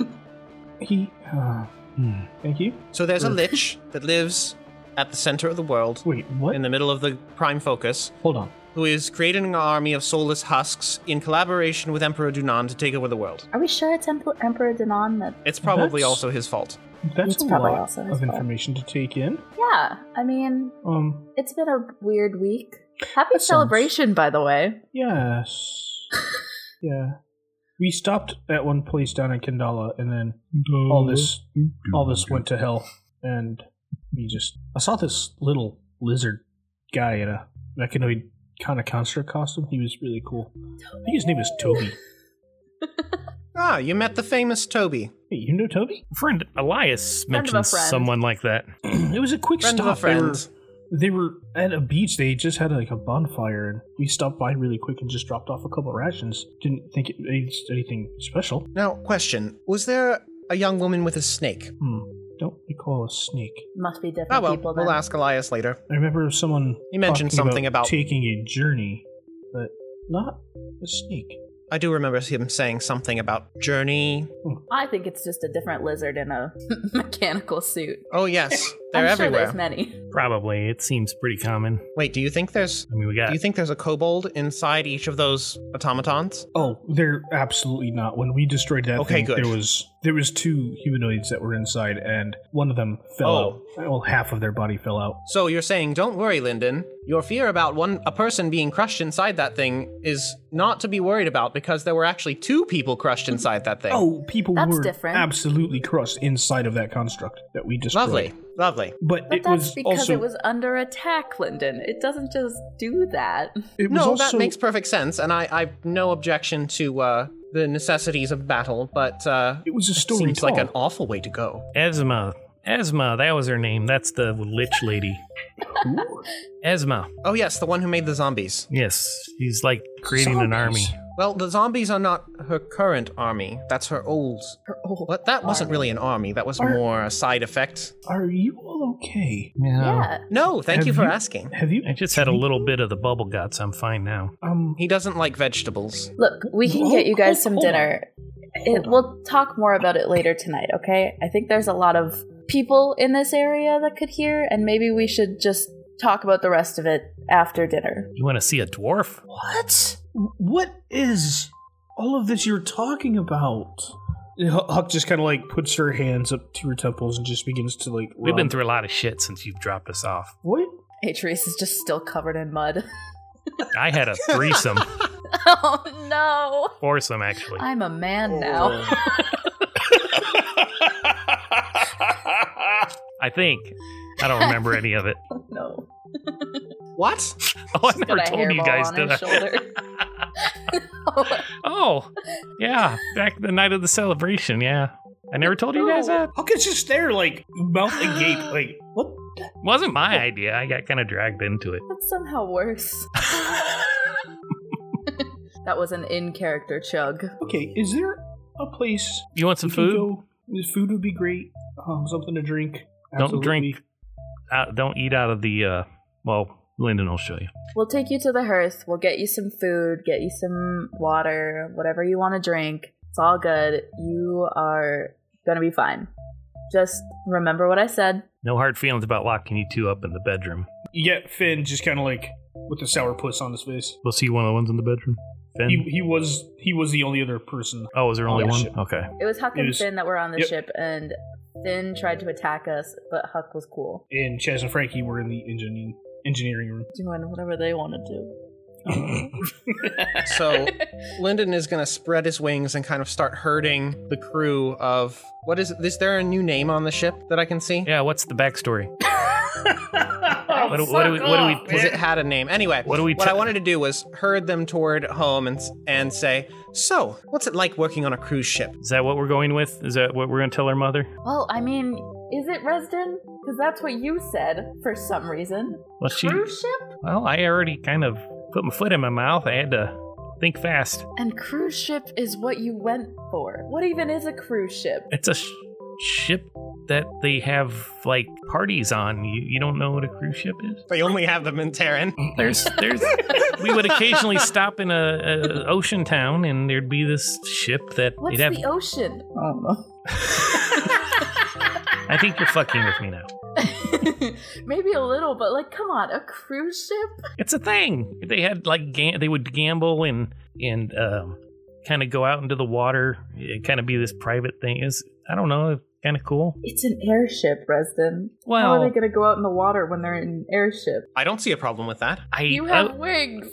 [SPEAKER 1] He. Uh, hmm. Thank you.
[SPEAKER 2] so there's a
[SPEAKER 3] Hmm.
[SPEAKER 1] Sure.
[SPEAKER 2] lich that lives at the center of the world,
[SPEAKER 1] Wait, what?
[SPEAKER 2] in the middle of the prime focus,
[SPEAKER 1] Hold on.
[SPEAKER 2] who is creating an army of soulless husks in collaboration with Emperor Dunan to take over the world.
[SPEAKER 3] Are we sure it's Emperor, Emperor Danon that
[SPEAKER 2] It's probably
[SPEAKER 1] That's-
[SPEAKER 2] also his fault.
[SPEAKER 1] That's
[SPEAKER 3] It's
[SPEAKER 1] a
[SPEAKER 3] probably
[SPEAKER 1] lot
[SPEAKER 3] also his
[SPEAKER 1] of
[SPEAKER 3] fault.
[SPEAKER 1] information to take in.
[SPEAKER 3] Yeah, I mean,
[SPEAKER 1] Um.
[SPEAKER 3] it's been a weird week. Happy
[SPEAKER 1] That sounds-
[SPEAKER 3] celebration, by the way.
[SPEAKER 1] Yes. yeah. We stopped at one place down in Kandala, and then all this all this went to hell. And we just I saw this little lizard guy in a mechanoid kind of construct costume. He was really cool. I think his name is Toby.
[SPEAKER 2] Ah, you met the famous Toby.
[SPEAKER 1] Hey, you know Toby?
[SPEAKER 4] friend Elias
[SPEAKER 3] Friend of a
[SPEAKER 4] mentions
[SPEAKER 3] friend.
[SPEAKER 4] someone like that.
[SPEAKER 1] it was a quick
[SPEAKER 2] Friend of a
[SPEAKER 1] stop. They were,
[SPEAKER 2] friend.
[SPEAKER 1] they were at a beach. They just had like a bonfire, and we stopped by really quick and just dropped off a couple rations. Didn't think it was anything special.
[SPEAKER 2] Now, question. Was there a young woman with a snake?
[SPEAKER 1] Hmm. Don't recall a snake.
[SPEAKER 3] Must be different
[SPEAKER 2] Oh well,
[SPEAKER 3] people then.
[SPEAKER 2] we'll ask Elias later.
[SPEAKER 1] I remember someone
[SPEAKER 2] He mentioned
[SPEAKER 1] talking
[SPEAKER 2] something about-
[SPEAKER 1] taking a journey, but not a snake.
[SPEAKER 2] I do remember him saying something about journey.
[SPEAKER 3] I think it's just a different lizard in a mechanical suit.
[SPEAKER 2] Oh yes, they're
[SPEAKER 3] I'm Sure
[SPEAKER 2] everywhere.
[SPEAKER 3] there's many.
[SPEAKER 4] Probably. It seems pretty common.
[SPEAKER 2] Wait, do you think there's
[SPEAKER 4] I mean, we
[SPEAKER 2] do
[SPEAKER 4] got
[SPEAKER 2] you think there's a kobold inside each of those automatons?
[SPEAKER 1] Oh, they're absolutely not. When we destroyed that
[SPEAKER 2] Okay,
[SPEAKER 1] thing,
[SPEAKER 2] good.
[SPEAKER 1] there was there was two humanoids that were inside, and one of them
[SPEAKER 2] Oh.
[SPEAKER 1] fell out. Well, half of their body fell out.
[SPEAKER 2] So you're saying, don't worry, Lyndon. Your fear about one a person being crushed inside that thing is not to be worried about because there were actually two people crushed inside that thing.
[SPEAKER 1] Oh, people
[SPEAKER 3] That's
[SPEAKER 1] were
[SPEAKER 3] different.
[SPEAKER 1] absolutely crushed inside of that construct that we destroyed.
[SPEAKER 2] lovely, lovely.
[SPEAKER 1] but,
[SPEAKER 3] But
[SPEAKER 1] it
[SPEAKER 3] that's
[SPEAKER 1] was
[SPEAKER 3] because
[SPEAKER 1] also
[SPEAKER 3] it was under attack, Lyndon. It doesn't just do that.
[SPEAKER 1] it was
[SPEAKER 2] No,
[SPEAKER 1] also
[SPEAKER 2] that makes perfect sense, and I I've no objection to uh, the necessities of battle, but uh,
[SPEAKER 1] it was a story
[SPEAKER 2] seems like
[SPEAKER 1] told.
[SPEAKER 2] an awful way to go.
[SPEAKER 4] Esma. Esma, that was her name. That's the lich lady.
[SPEAKER 1] Who?
[SPEAKER 4] Esma.
[SPEAKER 2] Oh yes, the one who made the zombies.
[SPEAKER 4] Yes, he's like creating an army.
[SPEAKER 1] Zombies.
[SPEAKER 2] Well, the zombies are not her current army. That's her old.
[SPEAKER 3] Oh,
[SPEAKER 2] But that wasn't really an army. That was more a side effect.
[SPEAKER 1] Are you all okay?
[SPEAKER 3] yeah.
[SPEAKER 2] No, thank
[SPEAKER 1] Have
[SPEAKER 2] you for
[SPEAKER 1] you-
[SPEAKER 2] asking.
[SPEAKER 1] Have you?
[SPEAKER 4] I just had a little bit of the bubble guts. I'm fine now.
[SPEAKER 1] Um,
[SPEAKER 2] He doesn't like vegetables.
[SPEAKER 3] Look, we can
[SPEAKER 1] Hold-
[SPEAKER 3] get you guys some
[SPEAKER 1] hold- hold
[SPEAKER 3] dinner. It,
[SPEAKER 1] on.
[SPEAKER 3] we'll talk more about it later tonight, okay? I think there's a lot of people in this area that could hear, and maybe we should just talk about the rest of it after dinner.
[SPEAKER 4] You want to see a dwarf?
[SPEAKER 1] What? What is all of this you're talking about? Huck just kind of like puts her hands up to her temples and just begins to like.
[SPEAKER 4] We've been
[SPEAKER 1] rub.
[SPEAKER 4] through a lot of shit since you've dropped us off.
[SPEAKER 1] What?
[SPEAKER 3] Atreus is just still covered in mud.
[SPEAKER 4] I had a threesome,
[SPEAKER 3] oh no!
[SPEAKER 4] foursome actually.
[SPEAKER 3] I'm a
[SPEAKER 4] Oh.
[SPEAKER 3] man now.
[SPEAKER 4] I think. I don't remember any of it.
[SPEAKER 3] no.
[SPEAKER 2] What?
[SPEAKER 4] Oh, I
[SPEAKER 3] He's got
[SPEAKER 4] never
[SPEAKER 3] a
[SPEAKER 4] told you
[SPEAKER 3] hairball
[SPEAKER 4] guys,
[SPEAKER 3] on
[SPEAKER 4] did
[SPEAKER 3] his
[SPEAKER 4] I?
[SPEAKER 3] shoulder. No.
[SPEAKER 4] Oh, yeah. Back the night of the celebration. Yeah. I never told you guys that.
[SPEAKER 1] Huck is just there, like mouth agape, like what?
[SPEAKER 4] Wasn't my idea. I got kind of dragged into it.
[SPEAKER 3] That's somehow worse. that was an in character chug.
[SPEAKER 1] Okay, is there a place
[SPEAKER 4] You want some
[SPEAKER 1] we can
[SPEAKER 4] food?
[SPEAKER 1] go? The Food would be great. Um, something to drink.
[SPEAKER 4] Don't drink.
[SPEAKER 1] Absolutely.
[SPEAKER 4] Uh, don't eat out of the. Uh, well, Lyndon will show you.
[SPEAKER 3] We'll take you to the hearth. We'll get you some food, get you some water, whatever you want to drink. It's all good. You are going to be fine. Just remember what I said.
[SPEAKER 4] No hard feelings about locking you two up in the bedroom.
[SPEAKER 1] You get Finn just kind of like with the sour puss on his face.
[SPEAKER 4] We'll see one of the ones in the bedroom. Finn.
[SPEAKER 1] He, he was he was the only other person.
[SPEAKER 4] oh, is there only
[SPEAKER 1] Yeah,
[SPEAKER 4] one?
[SPEAKER 1] shit.
[SPEAKER 4] Okay.
[SPEAKER 3] It was Huck
[SPEAKER 1] It
[SPEAKER 3] and
[SPEAKER 1] was-
[SPEAKER 3] Finn that were on the
[SPEAKER 1] yep.
[SPEAKER 3] ship, and Finn tried to attack us, but Huck was cool,
[SPEAKER 1] And Chaz and Frankie were in the engineering engineering room.
[SPEAKER 3] doing whatever they wanted to.
[SPEAKER 2] So, Lyndon is going to spread his wings and kind of start herding the crew of. What is. Is there a new name on the ship that I can see?
[SPEAKER 4] Yeah. What's the backstory? What do,
[SPEAKER 1] Fuck
[SPEAKER 4] what do we? What do we?
[SPEAKER 1] off,
[SPEAKER 2] Because it had a name. Anyway,
[SPEAKER 4] What do we?
[SPEAKER 2] what
[SPEAKER 4] ta-
[SPEAKER 2] I wanted to do was herd them toward home and, s- and say, So, what's it like working on a cruise ship?
[SPEAKER 4] Is that what we're going with? Is that what we're going to tell our mother?
[SPEAKER 3] Well, I mean, is it Resden? Because that's what you said for some reason.
[SPEAKER 4] Well, she.
[SPEAKER 3] Cruise ship?
[SPEAKER 4] Well, I already kind of put my foot in my mouth. I had to think fast.
[SPEAKER 3] And cruise ship is what you went for. What even is a cruise ship?
[SPEAKER 4] It's a sh- ship that they have like parties on. You you don't know what a cruise ship is?
[SPEAKER 2] They only have them in Terran.
[SPEAKER 4] There's there's we would occasionally stop in a, a ocean town and there'd be this ship that
[SPEAKER 3] What's
[SPEAKER 4] you'd have.
[SPEAKER 3] the ocean? I don't
[SPEAKER 4] I think you're fucking with me now.
[SPEAKER 3] know. Maybe a little, but like, come on, a cruise ship?
[SPEAKER 4] It's a thing. They had like gam- they would gamble and and um, kind of go out into the water. It kind of be this private thing. Is I don't know. Kind of cool.
[SPEAKER 3] It's an airship, Resden. How are
[SPEAKER 4] Well,
[SPEAKER 3] they going to go out in the water when they're in an airship?
[SPEAKER 2] I don't see a problem with that.
[SPEAKER 4] I
[SPEAKER 3] You
[SPEAKER 4] I-
[SPEAKER 3] have wings.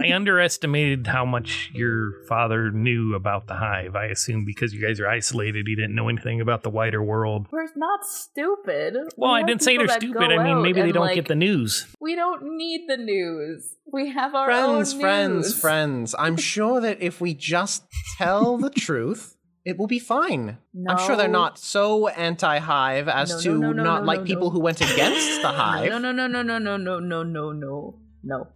[SPEAKER 4] I underestimated how much your father knew about the hive. I assume because you guys are isolated, he didn't know anything about the wider world.
[SPEAKER 3] We're not stupid. We
[SPEAKER 4] Well, I
[SPEAKER 3] have
[SPEAKER 4] didn't say
[SPEAKER 3] people
[SPEAKER 4] they're
[SPEAKER 3] that go
[SPEAKER 4] stupid. I mean,
[SPEAKER 3] out
[SPEAKER 4] maybe they
[SPEAKER 3] and,
[SPEAKER 4] don't
[SPEAKER 3] like,
[SPEAKER 4] get the news.
[SPEAKER 3] We don't need the news. We have our
[SPEAKER 2] friends,
[SPEAKER 3] own
[SPEAKER 2] friends,
[SPEAKER 3] news.
[SPEAKER 2] friends. I'm sure that if we just tell the truth, it will be fine. I'm sure they're
[SPEAKER 3] No.
[SPEAKER 2] not so anti hive as
[SPEAKER 3] No,
[SPEAKER 2] to
[SPEAKER 3] no, no, no,
[SPEAKER 2] not
[SPEAKER 3] no,
[SPEAKER 2] like
[SPEAKER 3] no,
[SPEAKER 2] people
[SPEAKER 3] no.
[SPEAKER 2] who went against the hive.
[SPEAKER 3] No, no, no, no, no, no, no, no, no, no, no.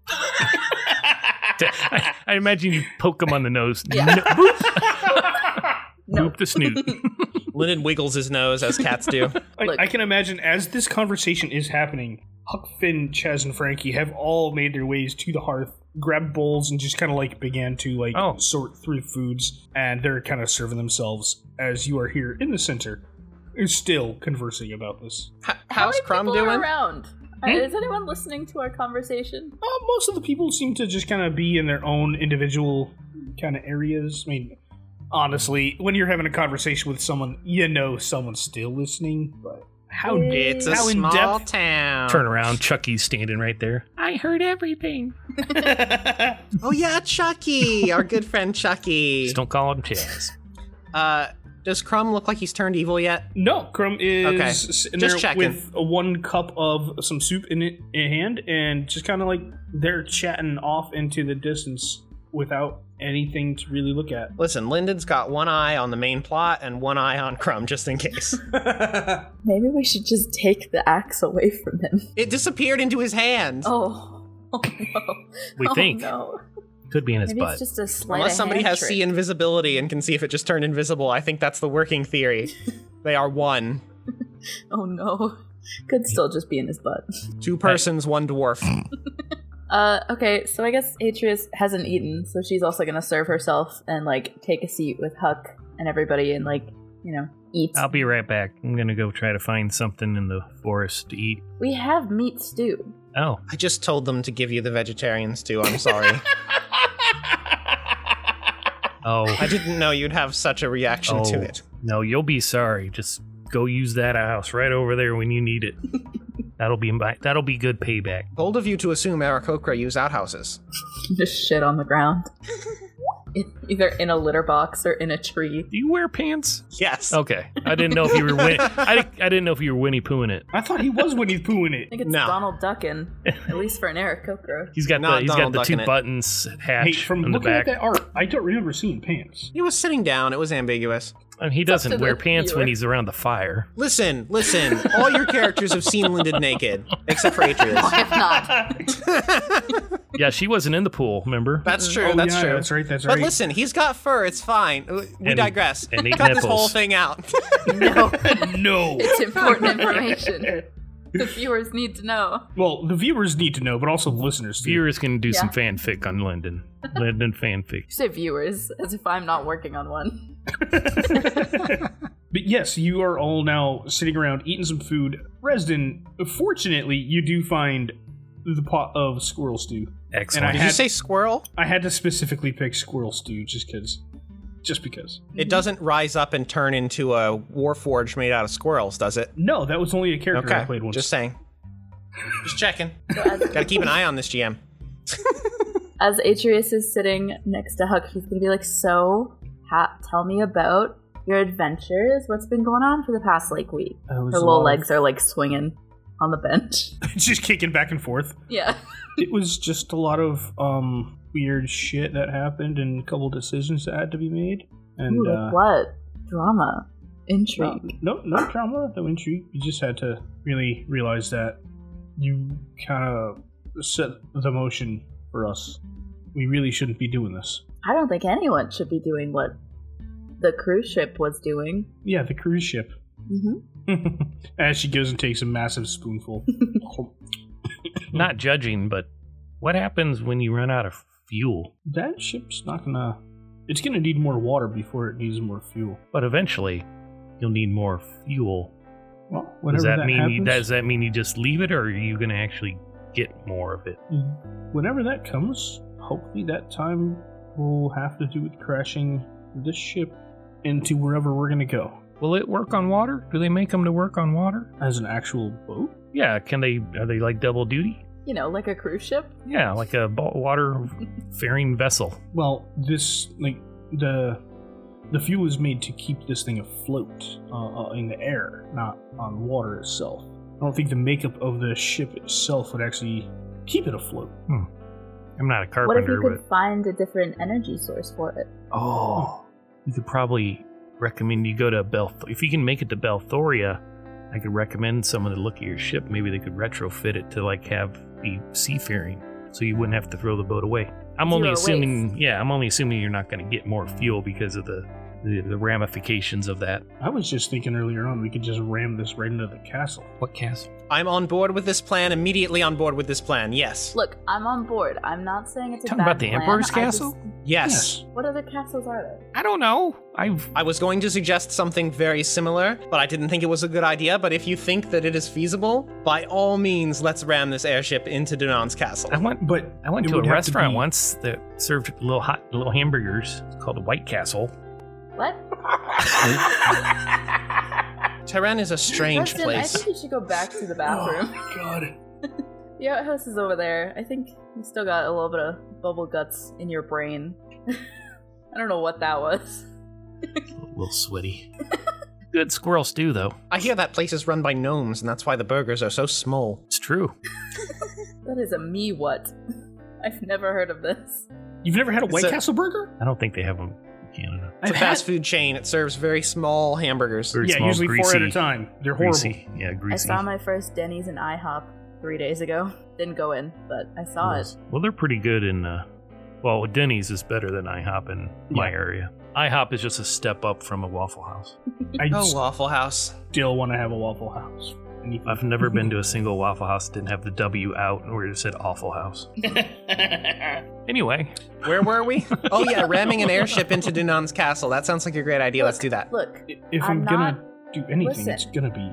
[SPEAKER 4] I, I imagine you poke him on the nose.
[SPEAKER 3] Yeah.
[SPEAKER 4] No, boop,
[SPEAKER 3] No.
[SPEAKER 4] boop the snoot.
[SPEAKER 2] Linden wiggles his nose as cats do.
[SPEAKER 1] I,
[SPEAKER 3] Look.
[SPEAKER 1] I can imagine as this conversation is happening, Huck Finn, Chaz, and Frankie have all made their ways to the hearth, grabbed bowls, and just kind of like began to like
[SPEAKER 4] Oh.
[SPEAKER 1] sort through foods, and they're kind of serving themselves as you are here in the center. You're still conversing about this.
[SPEAKER 2] H-
[SPEAKER 3] How
[SPEAKER 2] how's
[SPEAKER 3] many
[SPEAKER 2] Crumb
[SPEAKER 3] people are
[SPEAKER 2] doing?
[SPEAKER 3] around? Uh,
[SPEAKER 4] Hmm?
[SPEAKER 3] Is anyone listening to our conversation?
[SPEAKER 1] Uh, most of the people seem to just kind of be in their own individual kind of areas. I mean, honestly, when you're having a conversation with someone, you know someone's still listening. But how
[SPEAKER 2] It's a
[SPEAKER 1] how in
[SPEAKER 2] small
[SPEAKER 1] depth
[SPEAKER 2] town.
[SPEAKER 4] Turn around. Chucky's standing right there.
[SPEAKER 5] I heard everything.
[SPEAKER 2] Oh yeah, Chucky, our good friend Chucky.
[SPEAKER 4] Just don't call him Chaz.
[SPEAKER 2] Uh, does Crumb look like he's turned evil yet?
[SPEAKER 1] No, Crumb is
[SPEAKER 2] Okay.
[SPEAKER 1] sitting
[SPEAKER 2] Just
[SPEAKER 1] there
[SPEAKER 2] checking.
[SPEAKER 1] with a one cup of some soup in it in hand, and just kind of like they're chatting off into the distance without anything to really look at.
[SPEAKER 2] Listen, Linden's got one eye on the main plot and one eye on Crumb, just in case.
[SPEAKER 3] Maybe we should just take the axe away from him.
[SPEAKER 2] it disappeared into his hand.
[SPEAKER 3] Oh, oh no.
[SPEAKER 4] We
[SPEAKER 3] Oh,
[SPEAKER 4] think
[SPEAKER 3] No.
[SPEAKER 4] could be in his
[SPEAKER 3] Maybe
[SPEAKER 4] butt.
[SPEAKER 3] it's just a sleight
[SPEAKER 2] Unless
[SPEAKER 3] of
[SPEAKER 2] somebody
[SPEAKER 3] hand
[SPEAKER 2] has
[SPEAKER 3] trick.
[SPEAKER 2] see invisibility and can see if it just turned invisible, I think that's the working theory. they are one.
[SPEAKER 3] Oh no. Could still just be in his butt.
[SPEAKER 2] Two persons, one dwarf.
[SPEAKER 3] Uh, okay, so I guess Atreus hasn't eaten, so she's also gonna serve herself and like take a seat with Huck and everybody and like, you know, eat.
[SPEAKER 4] I'll be right back. I'm gonna go try to find something in the forest to eat.
[SPEAKER 3] we have meat stew.
[SPEAKER 4] Oh,
[SPEAKER 2] I just told them to give you the vegetarians too, I'm sorry.
[SPEAKER 4] oh.
[SPEAKER 2] I didn't know you'd have such a reaction to
[SPEAKER 4] Oh.
[SPEAKER 2] it.
[SPEAKER 4] No, you'll be sorry. Just go use that house right over there when you need it. that'll be my, that'll be good payback.
[SPEAKER 2] Bold of you to assume Aarakocra use outhouses.
[SPEAKER 3] just shit on the ground. Either in a litter box or in a tree.
[SPEAKER 4] Do you wear pants?
[SPEAKER 2] Yes.
[SPEAKER 1] Oh.
[SPEAKER 4] Okay, I didn't know if you were Winnie. I, I didn't know if you were Winnie poohing it.
[SPEAKER 1] I thought he was Winnie the Pooh in
[SPEAKER 3] I
[SPEAKER 1] it.
[SPEAKER 3] think it's
[SPEAKER 2] No.
[SPEAKER 3] Donald Duckin, at least for an Aarakocra.
[SPEAKER 4] He's got
[SPEAKER 2] Not
[SPEAKER 4] the he's
[SPEAKER 2] Donald
[SPEAKER 4] got the
[SPEAKER 2] Ducking
[SPEAKER 4] two
[SPEAKER 2] it.
[SPEAKER 4] buttons hatch
[SPEAKER 1] Hey, from
[SPEAKER 4] on the
[SPEAKER 1] looking
[SPEAKER 4] back.
[SPEAKER 1] at that art, I don't remember seeing pants.
[SPEAKER 2] He was sitting down, it was ambiguous.
[SPEAKER 4] I mean, he
[SPEAKER 3] up to
[SPEAKER 4] doesn't
[SPEAKER 3] the
[SPEAKER 4] wear pants
[SPEAKER 3] viewer.
[SPEAKER 4] when he's around the fire.
[SPEAKER 2] Listen, listen, all your characters have seen Linden naked, except for Atreus.
[SPEAKER 3] if not,
[SPEAKER 4] Yeah, she wasn't in the pool. Remember?
[SPEAKER 2] That's true,
[SPEAKER 1] Oh,
[SPEAKER 2] that's
[SPEAKER 1] yeah,
[SPEAKER 2] true.
[SPEAKER 1] That's right. That's
[SPEAKER 2] But
[SPEAKER 1] right.
[SPEAKER 2] listen, he's got fur, it's fine. We
[SPEAKER 4] And-
[SPEAKER 2] digress.
[SPEAKER 4] and eight
[SPEAKER 2] Cut this
[SPEAKER 4] nipples.
[SPEAKER 2] whole thing out.
[SPEAKER 3] no.
[SPEAKER 1] no.
[SPEAKER 3] It's important information. The viewers need to know.
[SPEAKER 1] Well, the viewers need to know, but also the listeners. Too.
[SPEAKER 4] Viewers can do some
[SPEAKER 3] Yeah.
[SPEAKER 4] fanfic on Linden. Linden fanfic.
[SPEAKER 3] You say viewers, as if I'm not working on one.
[SPEAKER 1] But yes, you are all now sitting around eating some food. Resden, fortunately, you do find the pot of squirrel stew.
[SPEAKER 4] Excellent.
[SPEAKER 1] I
[SPEAKER 2] Did you
[SPEAKER 1] had-
[SPEAKER 2] say squirrel?
[SPEAKER 1] I had to specifically pick squirrel stew just because. Just because.
[SPEAKER 2] It doesn't rise up and turn into a warforge made out of squirrels, does it?
[SPEAKER 1] No, that was only a character I
[SPEAKER 2] Okay.
[SPEAKER 1] played once.
[SPEAKER 2] Just saying. Just checking.
[SPEAKER 3] So as,
[SPEAKER 2] Gotta keep an eye on this GM.
[SPEAKER 3] as Atreus is sitting next to Huck, he's gonna be like, So, ha- tell me about your adventures. What's been going on for the past, like, week?
[SPEAKER 1] That was
[SPEAKER 3] Her
[SPEAKER 1] a
[SPEAKER 3] little
[SPEAKER 1] lot of-
[SPEAKER 3] legs are, like, swinging on the bench.
[SPEAKER 1] just kicking back and forth.
[SPEAKER 3] yeah.
[SPEAKER 1] It was just a lot of um weird shit that happened and a couple decisions that had to be made. And
[SPEAKER 3] Ooh,
[SPEAKER 1] uh,
[SPEAKER 3] like, what? Drama.
[SPEAKER 1] No,
[SPEAKER 3] Intrigue.
[SPEAKER 1] no, no trauma, no intrigue. You just had to really realize that you kind of set the motion for us. We really shouldn't be doing this.
[SPEAKER 3] I don't think anyone should be doing what the cruise ship was doing.
[SPEAKER 1] Yeah, the cruise ship.
[SPEAKER 3] Mm-hmm.
[SPEAKER 1] As she goes and takes a massive spoonful.
[SPEAKER 4] Not judging, but what happens when you run out of fuel?
[SPEAKER 1] that ship's not gonna. It's gonna need more water before it needs more fuel.
[SPEAKER 4] But eventually, you'll need more fuel
[SPEAKER 1] Well, whenever
[SPEAKER 4] does that, mean you,
[SPEAKER 1] happens,
[SPEAKER 4] does that mean you just leave it, or are you going to actually get more of it?
[SPEAKER 1] whenever that comes, hopefully that time will have to do with crashing this ship into wherever we're gonna go.
[SPEAKER 4] Will it work on water? Do they make them to work on water?
[SPEAKER 1] As an actual boat?
[SPEAKER 4] Yeah, can they? Are they like double duty?
[SPEAKER 3] you know, like a cruise ship.
[SPEAKER 4] Yeah, like a ba- water faring vessel.
[SPEAKER 1] Well, this like the the fuel is made to keep this thing afloat uh, uh, in the air, not on water itself. I don't think the makeup of the ship itself would actually keep it afloat.
[SPEAKER 4] I'm not a
[SPEAKER 3] What if
[SPEAKER 4] carpenter,
[SPEAKER 3] you could
[SPEAKER 4] but
[SPEAKER 3] find a different energy source for it?
[SPEAKER 1] Oh,
[SPEAKER 4] you could probably recommend you go to Bel. If you can make it to Belthoria, I could recommend someone to look at your ship. Maybe they could retrofit it to like have be seafaring, so you wouldn't have to throw the boat away. I'm only
[SPEAKER 3] Zero
[SPEAKER 4] assuming, yeah, I'm only assuming you're not going to get more fuel because of the, the the ramifications of that.
[SPEAKER 1] Hmm. I was just thinking earlier on we could just ram this right into the castle.
[SPEAKER 4] What castle?
[SPEAKER 2] I'm on board with this plan, immediately on board with this plan. Yes.
[SPEAKER 3] Look, I'm on board. I'm not saying it's a
[SPEAKER 4] Talking
[SPEAKER 3] bad
[SPEAKER 4] about the
[SPEAKER 3] plan.
[SPEAKER 4] Emperor's
[SPEAKER 3] I
[SPEAKER 4] Castle?
[SPEAKER 3] just-
[SPEAKER 2] Yes.
[SPEAKER 3] what other castles are there?
[SPEAKER 4] I don't know. I've
[SPEAKER 2] I was going to suggest something very similar, but I didn't think it was a good idea. But if you think that it is feasible, by all means, let's ram this airship into Dunan's castle.
[SPEAKER 4] I went
[SPEAKER 1] But
[SPEAKER 4] I went
[SPEAKER 1] It
[SPEAKER 4] to a
[SPEAKER 1] would have to
[SPEAKER 4] restaurant
[SPEAKER 1] be-
[SPEAKER 4] once that served little hot little hamburgers. It's called White Castle.
[SPEAKER 3] What?
[SPEAKER 2] Tehran is a strange
[SPEAKER 3] Preston, I
[SPEAKER 2] place.
[SPEAKER 3] think you should go back to the bathroom.
[SPEAKER 1] Oh, God.
[SPEAKER 3] The outhouse is over there. I think you still got a little bit of bubble guts in your brain. I don't know what that was.
[SPEAKER 4] A little sweaty. Good squirrel stew though.
[SPEAKER 2] I hear that place is run by gnomes, and that's why the burgers are so small.
[SPEAKER 4] It's true.
[SPEAKER 3] That is a me what. I've never heard of this.
[SPEAKER 1] You've never had a White
[SPEAKER 2] It's a-
[SPEAKER 1] Castle burger?
[SPEAKER 4] I don't think they have them in Canada.
[SPEAKER 2] It's a fast food chain. It serves very small hamburgers.
[SPEAKER 4] Very
[SPEAKER 1] Yeah,
[SPEAKER 4] small,
[SPEAKER 1] usually four at a
[SPEAKER 4] greasy-
[SPEAKER 1] time. They're horrible.
[SPEAKER 4] Greasy. Yeah,
[SPEAKER 3] I
[SPEAKER 4] greasy.
[SPEAKER 3] saw my first Denny's and IHOP three days ago. Didn't go in, but I saw it.
[SPEAKER 4] Well, they're pretty good in. Uh, well, Denny's is better than IHOP in my
[SPEAKER 1] Yeah.
[SPEAKER 4] area. IHOP is just a step up from a Waffle House.
[SPEAKER 1] I
[SPEAKER 2] Oh, Waffle House.
[SPEAKER 1] still want to have a Waffle House. And you-
[SPEAKER 4] I've never been to a single Waffle House that didn't have the W out or it said Awful House. Anyway,
[SPEAKER 2] Where were we? Oh, yeah, ramming an airship into Dunan's castle. That sounds like a great idea. Let's do that.
[SPEAKER 3] Look,
[SPEAKER 1] if I'm,
[SPEAKER 3] I'm
[SPEAKER 1] gonna do anything,
[SPEAKER 3] listen.
[SPEAKER 1] it's gonna be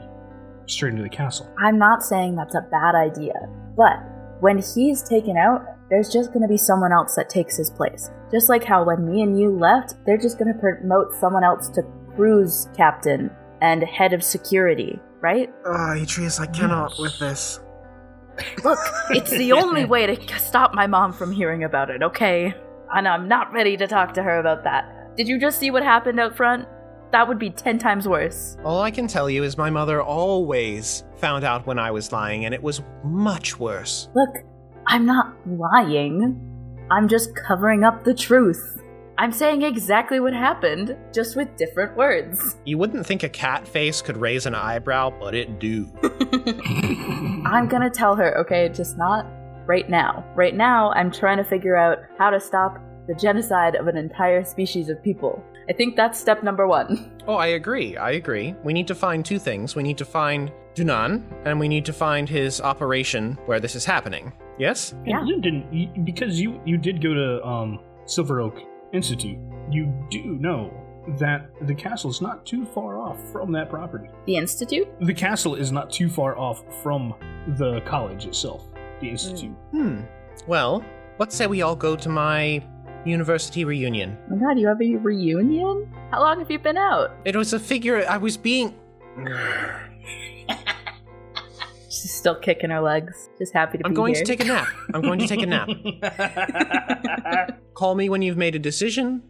[SPEAKER 1] straight into the castle.
[SPEAKER 3] I'm not saying that's a bad idea, but when he's taken out, there's just going to be someone else that takes his place. Just like how when me and you left, they're just going to promote someone else to cruise captain and head of security, right?
[SPEAKER 2] Oh, Atreus, I
[SPEAKER 1] cannot with
[SPEAKER 2] this.
[SPEAKER 3] Look, it's the only way to k- stop my mom from hearing about it, okay? And I'm not ready to talk to her about that. Did you just see what happened out front? That would be 10 times worse.
[SPEAKER 2] All I can tell you is my mother always found out when I was lying, and it was much worse.
[SPEAKER 3] Look, I'm not lying. I'm just covering up the truth. I'm saying exactly what happened, just with different words.
[SPEAKER 2] You wouldn't think a cat face could raise an eyebrow, but it do.
[SPEAKER 3] I'm gonna tell her, okay, just not right now. Right now, I'm trying to figure out how to stop the genocide of an entire species of people. I think that's step number one.
[SPEAKER 2] oh, I agree. I agree. We need to find two things. We need to find Dunan, and we need to find his operation where this is happening. Yes?
[SPEAKER 3] Yeah.
[SPEAKER 1] And Linden, you, because you you did go to um, Silver Oak Institute, you do know that the castle is not too far off from that property.
[SPEAKER 3] The Institute?
[SPEAKER 1] The castle is not too far off from the college itself,
[SPEAKER 3] Mm.
[SPEAKER 1] the institute.
[SPEAKER 2] Hmm. Well, let's say we all go to my university reunion.
[SPEAKER 3] Oh my god, you have a reunion? How long have you been out?
[SPEAKER 2] It was a figure I was being.
[SPEAKER 3] She's still kicking her legs. Just happy to
[SPEAKER 2] I'm
[SPEAKER 3] be
[SPEAKER 2] going
[SPEAKER 3] here.
[SPEAKER 2] to take a nap. I'm going to take a nap. Call me when you've made a decision,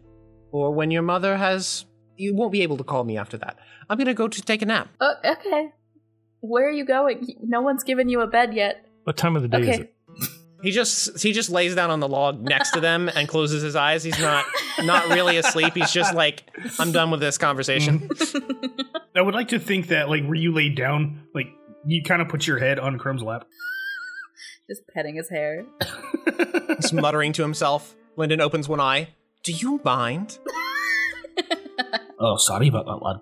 [SPEAKER 2] or when your mother has. You won't be able to call me after that. I'm gonna go to take a nap.
[SPEAKER 3] Oh, okay. Where are you going? No one's given you a bed yet.
[SPEAKER 4] what time of the day is
[SPEAKER 3] Okay.
[SPEAKER 4] it?
[SPEAKER 2] He just he just lays down on the log next to them and closes his eyes. He's not not really asleep. He's just like, I'm done with this conversation.
[SPEAKER 1] I would like to think that, like, where you laid down, like, you kind of put your head on Crumb's lap.
[SPEAKER 3] Just petting his hair.
[SPEAKER 2] He's muttering to himself. Lyndon opens one eye. Do you mind?
[SPEAKER 1] Oh, sorry about that, lad.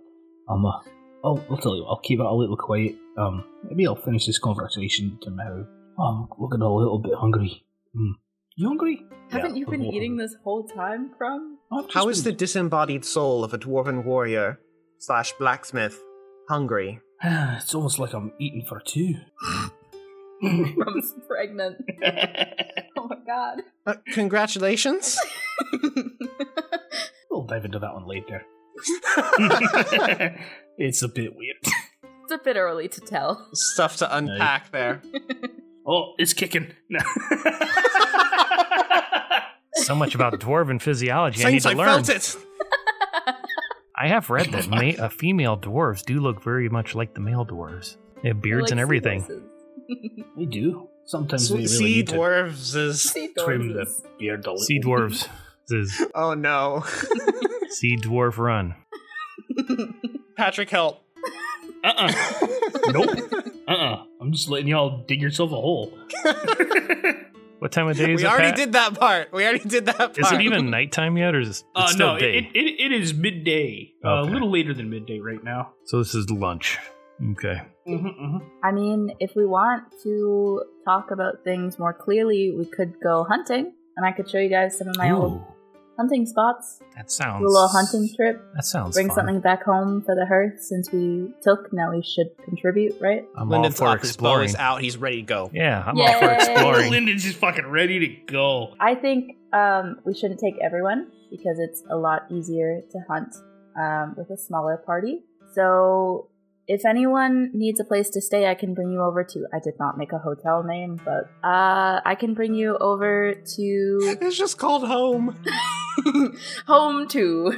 [SPEAKER 1] Um, uh, I'll, I'll tell you, I'll keep it a little quiet. Um, maybe I'll finish this conversation tomorrow. I'm looking a little bit hungry. Mm. You hungry?
[SPEAKER 3] Haven't you been eating
[SPEAKER 1] the?
[SPEAKER 3] this whole time, Crumb?
[SPEAKER 2] How is the disembodied soul of a dwarven warrior slash blacksmith hungry?
[SPEAKER 1] it's almost like I'm eating for two.
[SPEAKER 3] Crumb's pregnant. Oh my god.
[SPEAKER 2] Uh, congratulations.
[SPEAKER 1] we'll dive into that one later. it's a bit weird.
[SPEAKER 3] it's a bit early to tell.
[SPEAKER 2] Stuff to unpack there.
[SPEAKER 1] Oh, it's kicking. No.
[SPEAKER 4] So much about dwarven physiology.
[SPEAKER 2] Saints,
[SPEAKER 4] I
[SPEAKER 2] I
[SPEAKER 4] need to learn.
[SPEAKER 2] felt it.
[SPEAKER 4] I have read that ma- uh, female dwarves do look very much like the male dwarves. They have beards
[SPEAKER 3] Like
[SPEAKER 4] and
[SPEAKER 3] sea
[SPEAKER 4] everything.
[SPEAKER 3] horses.
[SPEAKER 1] we do. Sometimes we really
[SPEAKER 2] sea
[SPEAKER 1] need to
[SPEAKER 2] dwarves is.
[SPEAKER 3] Sea
[SPEAKER 1] trim the
[SPEAKER 3] horses.
[SPEAKER 1] beard a little.
[SPEAKER 4] Sea dwarves. This is
[SPEAKER 2] Oh no.
[SPEAKER 4] sea dwarf run.
[SPEAKER 2] Patrick, help.
[SPEAKER 1] Uh-uh. nope. Uh-uh. I'm just letting y'all dig yourself a hole.
[SPEAKER 4] What time of day is
[SPEAKER 2] we
[SPEAKER 4] it?
[SPEAKER 2] already
[SPEAKER 4] Pat?
[SPEAKER 2] did that part. We already did that part.
[SPEAKER 4] Is it even nighttime yet, or is it it's
[SPEAKER 1] Uh,
[SPEAKER 4] still
[SPEAKER 1] no,
[SPEAKER 4] day?
[SPEAKER 1] it, it, it is midday. Uh, a
[SPEAKER 4] Okay.
[SPEAKER 1] little later than midday right now.
[SPEAKER 4] so this is lunch. Okay.
[SPEAKER 1] Mm-hmm, mm-hmm.
[SPEAKER 3] I mean, if we want to talk about things more clearly, we could go hunting, and I could show you guys some of my old
[SPEAKER 4] Ooh,
[SPEAKER 3] hunting spots.
[SPEAKER 4] that sounds.
[SPEAKER 3] Do a little hunting trip.
[SPEAKER 4] That sounds.
[SPEAKER 3] Bring
[SPEAKER 4] fun.
[SPEAKER 3] something back home for the hearth since we took. Now we should contribute, right?
[SPEAKER 4] I'm
[SPEAKER 2] Lyndon's
[SPEAKER 4] all
[SPEAKER 2] up.
[SPEAKER 4] for
[SPEAKER 2] His bow
[SPEAKER 4] exploring.
[SPEAKER 2] is out. He's ready to go.
[SPEAKER 4] Yeah, I'm all for
[SPEAKER 3] Yay.
[SPEAKER 4] exploring.
[SPEAKER 1] Lyndon's just fucking ready to go.
[SPEAKER 3] I think um, we shouldn't take everyone because it's a lot easier to hunt um, with a smaller party. So if anyone needs a place to stay, I can bring you over to. I did not make a hotel name, but uh, I can bring you over to
[SPEAKER 2] It's just called home.
[SPEAKER 3] home to.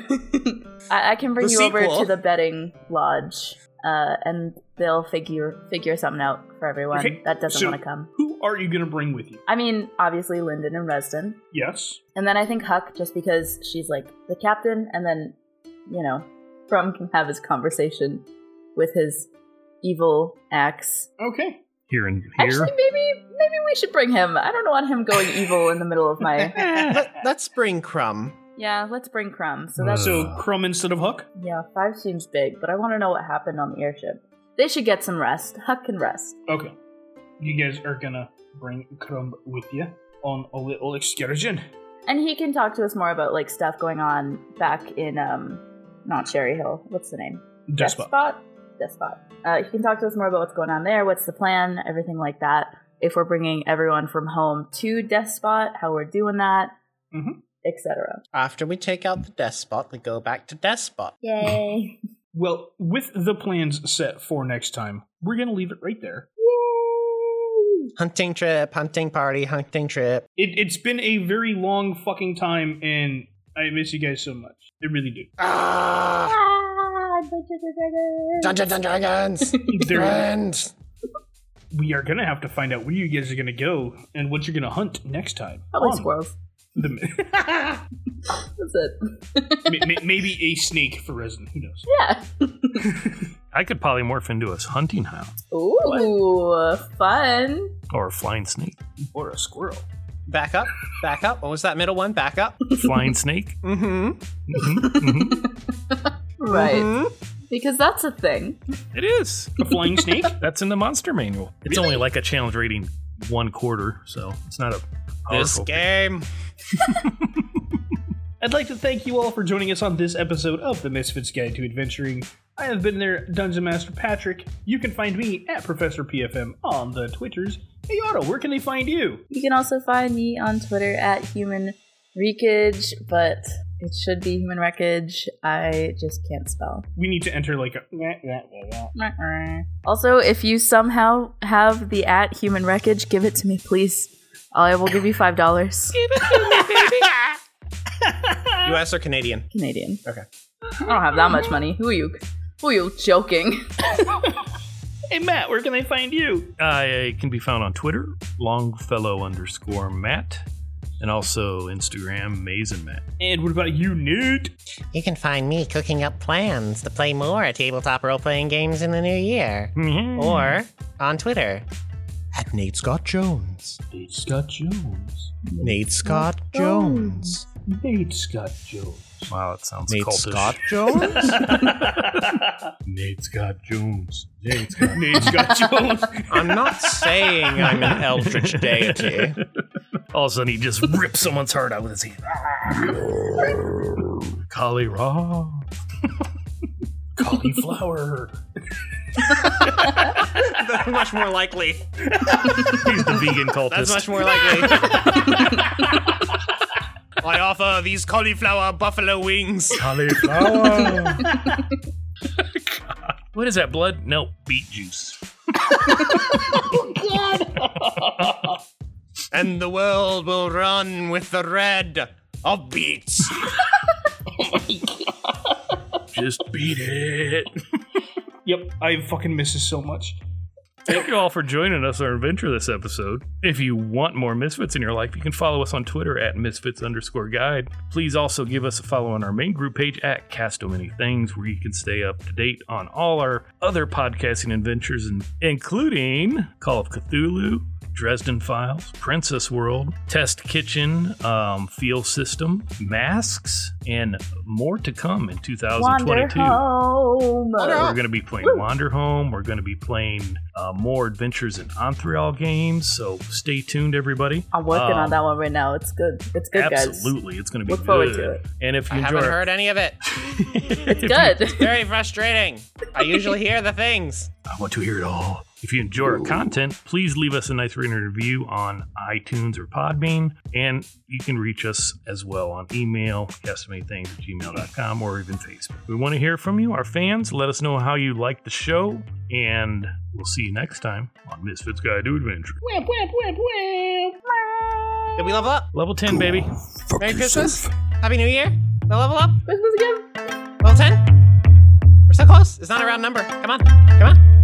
[SPEAKER 3] I, I can bring
[SPEAKER 2] The
[SPEAKER 3] you over
[SPEAKER 2] sequel.
[SPEAKER 3] to the betting lodge, uh, and they'll figure figure something out for everyone
[SPEAKER 1] Okay,
[SPEAKER 3] that doesn't
[SPEAKER 1] so-
[SPEAKER 3] want to come.
[SPEAKER 1] Who are you going to bring with you?
[SPEAKER 3] I mean, obviously, Lyndon and Resden.
[SPEAKER 1] Yes.
[SPEAKER 3] And then I think Huck, just because she's like the captain, and then, you know, Crumb can have his conversation with his evil axe.
[SPEAKER 1] Okay.
[SPEAKER 4] Here and here.
[SPEAKER 3] Actually, maybe maybe we should bring him. I don't want him going evil in the middle of my.
[SPEAKER 2] Let, let's bring Crumb.
[SPEAKER 3] Yeah, let's bring Crumb. So that's
[SPEAKER 1] So,
[SPEAKER 4] Uh.
[SPEAKER 1] Crumb instead of Hook?
[SPEAKER 3] yeah, five seems big, but I want to know what happened on the airship. They should get some rest. Huck can rest.
[SPEAKER 1] Okay. You guys are going to bring Crumb with you on a little excursion.
[SPEAKER 3] And he can talk to us more about like stuff going on back in um not Sherry Hill. What's the name?
[SPEAKER 1] Despot.
[SPEAKER 3] Despot. Despot. Uh, you can talk to us more about what's going on there, what's the plan, everything like that. If we're bringing everyone from home to Despot, how we're doing that,
[SPEAKER 1] Mhm.
[SPEAKER 3] etc.
[SPEAKER 2] After we take out the despot, we go back to despot.
[SPEAKER 3] Yay!
[SPEAKER 1] Well, with the plans set for next time, we're going to leave it right there.
[SPEAKER 2] Hunting trip, hunting party, hunting trip.
[SPEAKER 1] It, it's been a very long fucking time, and I miss you guys so much. I really do.
[SPEAKER 2] Ah!
[SPEAKER 3] Ah, Dungeons and Dragons.
[SPEAKER 2] Dungeons and Dragons.
[SPEAKER 1] There-
[SPEAKER 2] Friends.
[SPEAKER 1] we are gonna have to find out where you guys are gonna go and what you're gonna hunt next time.
[SPEAKER 3] Probably
[SPEAKER 1] Um,
[SPEAKER 3] squirrels.
[SPEAKER 1] the-
[SPEAKER 3] That's it.
[SPEAKER 1] may- may- maybe a snake for resin. Who knows?
[SPEAKER 3] yeah.
[SPEAKER 4] I could polymorph into a hunting hound
[SPEAKER 3] Ooh, fun.
[SPEAKER 4] or a flying snake.
[SPEAKER 1] Or a squirrel.
[SPEAKER 2] Back up, back up. What was that middle one? Back up.
[SPEAKER 4] Flying snake.
[SPEAKER 2] Mm-hmm.
[SPEAKER 4] Mhm, mhm.
[SPEAKER 3] Right. Because that's a thing.
[SPEAKER 4] It is.
[SPEAKER 1] A flying snake?
[SPEAKER 4] That's in the monster manual. It's only like a challenge rating one quarter, so it's not a
[SPEAKER 2] This
[SPEAKER 4] powerful.
[SPEAKER 2] game.
[SPEAKER 1] I'd like to thank you all for joining us on this episode of The Misfits Guide to Adventuring. I have been their Dungeon Master Patrick. You can find me at Professor PFM on the Twitters. Hey Otto, where can they find you?
[SPEAKER 3] You can also find me on Twitter at human wreckage, but it should be human wreckage. I just can't spell.
[SPEAKER 1] We need to enter like a wah, wah, wah, wah.
[SPEAKER 3] Also, if you somehow have the at human wreckage, give it to me, please. I will give you five dollars.
[SPEAKER 2] U.S. or Canadian?
[SPEAKER 3] Canadian.
[SPEAKER 2] Okay.
[SPEAKER 3] I don't have that much money. Who are you? Who are you joking?
[SPEAKER 1] Hey Matt, where can they find you?
[SPEAKER 4] I can be found on Twitter, Longfellow underscore Matt, and also Instagram, Maze and Matt.
[SPEAKER 1] And what about you, Newt?
[SPEAKER 5] You can find me cooking up plans to play more tabletop role playing games in the new year.
[SPEAKER 4] Mm-hmm.
[SPEAKER 2] Oh,
[SPEAKER 5] Or on Twitter. At Nate Scott Jones.
[SPEAKER 1] Nate Scott Jones.
[SPEAKER 5] Nate Scott Jones.
[SPEAKER 1] Nate Scott Jones.
[SPEAKER 4] Wow, that sounds
[SPEAKER 5] Nate
[SPEAKER 4] cultish.
[SPEAKER 5] Scott Jones?
[SPEAKER 4] Nate Scott Jones. Nate Scott.
[SPEAKER 1] Nate Scott Jones.
[SPEAKER 2] I'm not saying I'm an eldritch deity.
[SPEAKER 4] All of a sudden, he just rips someone's heart out with his hand. Cauliflower.
[SPEAKER 1] Cauliflower.
[SPEAKER 2] much more likely.
[SPEAKER 4] He's the vegan cultist.
[SPEAKER 2] That's much more likely. I offer these cauliflower buffalo wings.
[SPEAKER 4] Cauliflower. what is that? Blood? No, beet juice.
[SPEAKER 2] and the world will run with the red of beats.
[SPEAKER 4] Just beat it.
[SPEAKER 1] Yep, I fucking miss this so much.
[SPEAKER 4] Thank you all for joining us on our adventure this episode. If you want more Misfits in your life, you can follow us on Twitter at Misfits underscore guide. Please also give us a follow on our main group page at Cast So Many Things, where you can stay up to date on all our other podcasting adventures, and including Call of Cthulhu, Dresden Files, Princess World, Test Kitchen, um, Feel System, Masks, and more to come in 2022.
[SPEAKER 3] home.
[SPEAKER 4] We're going to be playing Wander Home. We're going to be playing uh, more adventures in Onthrial games. So stay tuned, everybody.
[SPEAKER 3] I'm working
[SPEAKER 4] Um,
[SPEAKER 3] on that one right now. It's good. It's good, guys.
[SPEAKER 4] Absolutely, it's going to be
[SPEAKER 3] Look forward
[SPEAKER 4] good.
[SPEAKER 3] to it.
[SPEAKER 4] And if you
[SPEAKER 2] I
[SPEAKER 4] enjoy,
[SPEAKER 2] haven't heard any of it.
[SPEAKER 4] it's
[SPEAKER 3] Good.
[SPEAKER 2] Very frustrating. I usually hear the things.
[SPEAKER 4] I want to hear it all. If you enjoy our content, please leave us a nice rating and review on iTunes or Podbean. And you can reach us as well on email, castamathings at gmail.com, or even Facebook. We want to hear from you, our fans. Let us know how you like the show. And we'll see you next time on Misfits Guide to Adventure.
[SPEAKER 2] Did we level up?
[SPEAKER 4] Level 10, baby.
[SPEAKER 6] Fuck
[SPEAKER 2] Merry
[SPEAKER 6] yourself.
[SPEAKER 2] Christmas. Happy New Year. The level up.
[SPEAKER 3] Christmas gift.
[SPEAKER 2] Level 10? We're so close. It's not a round number. Come on. Come on.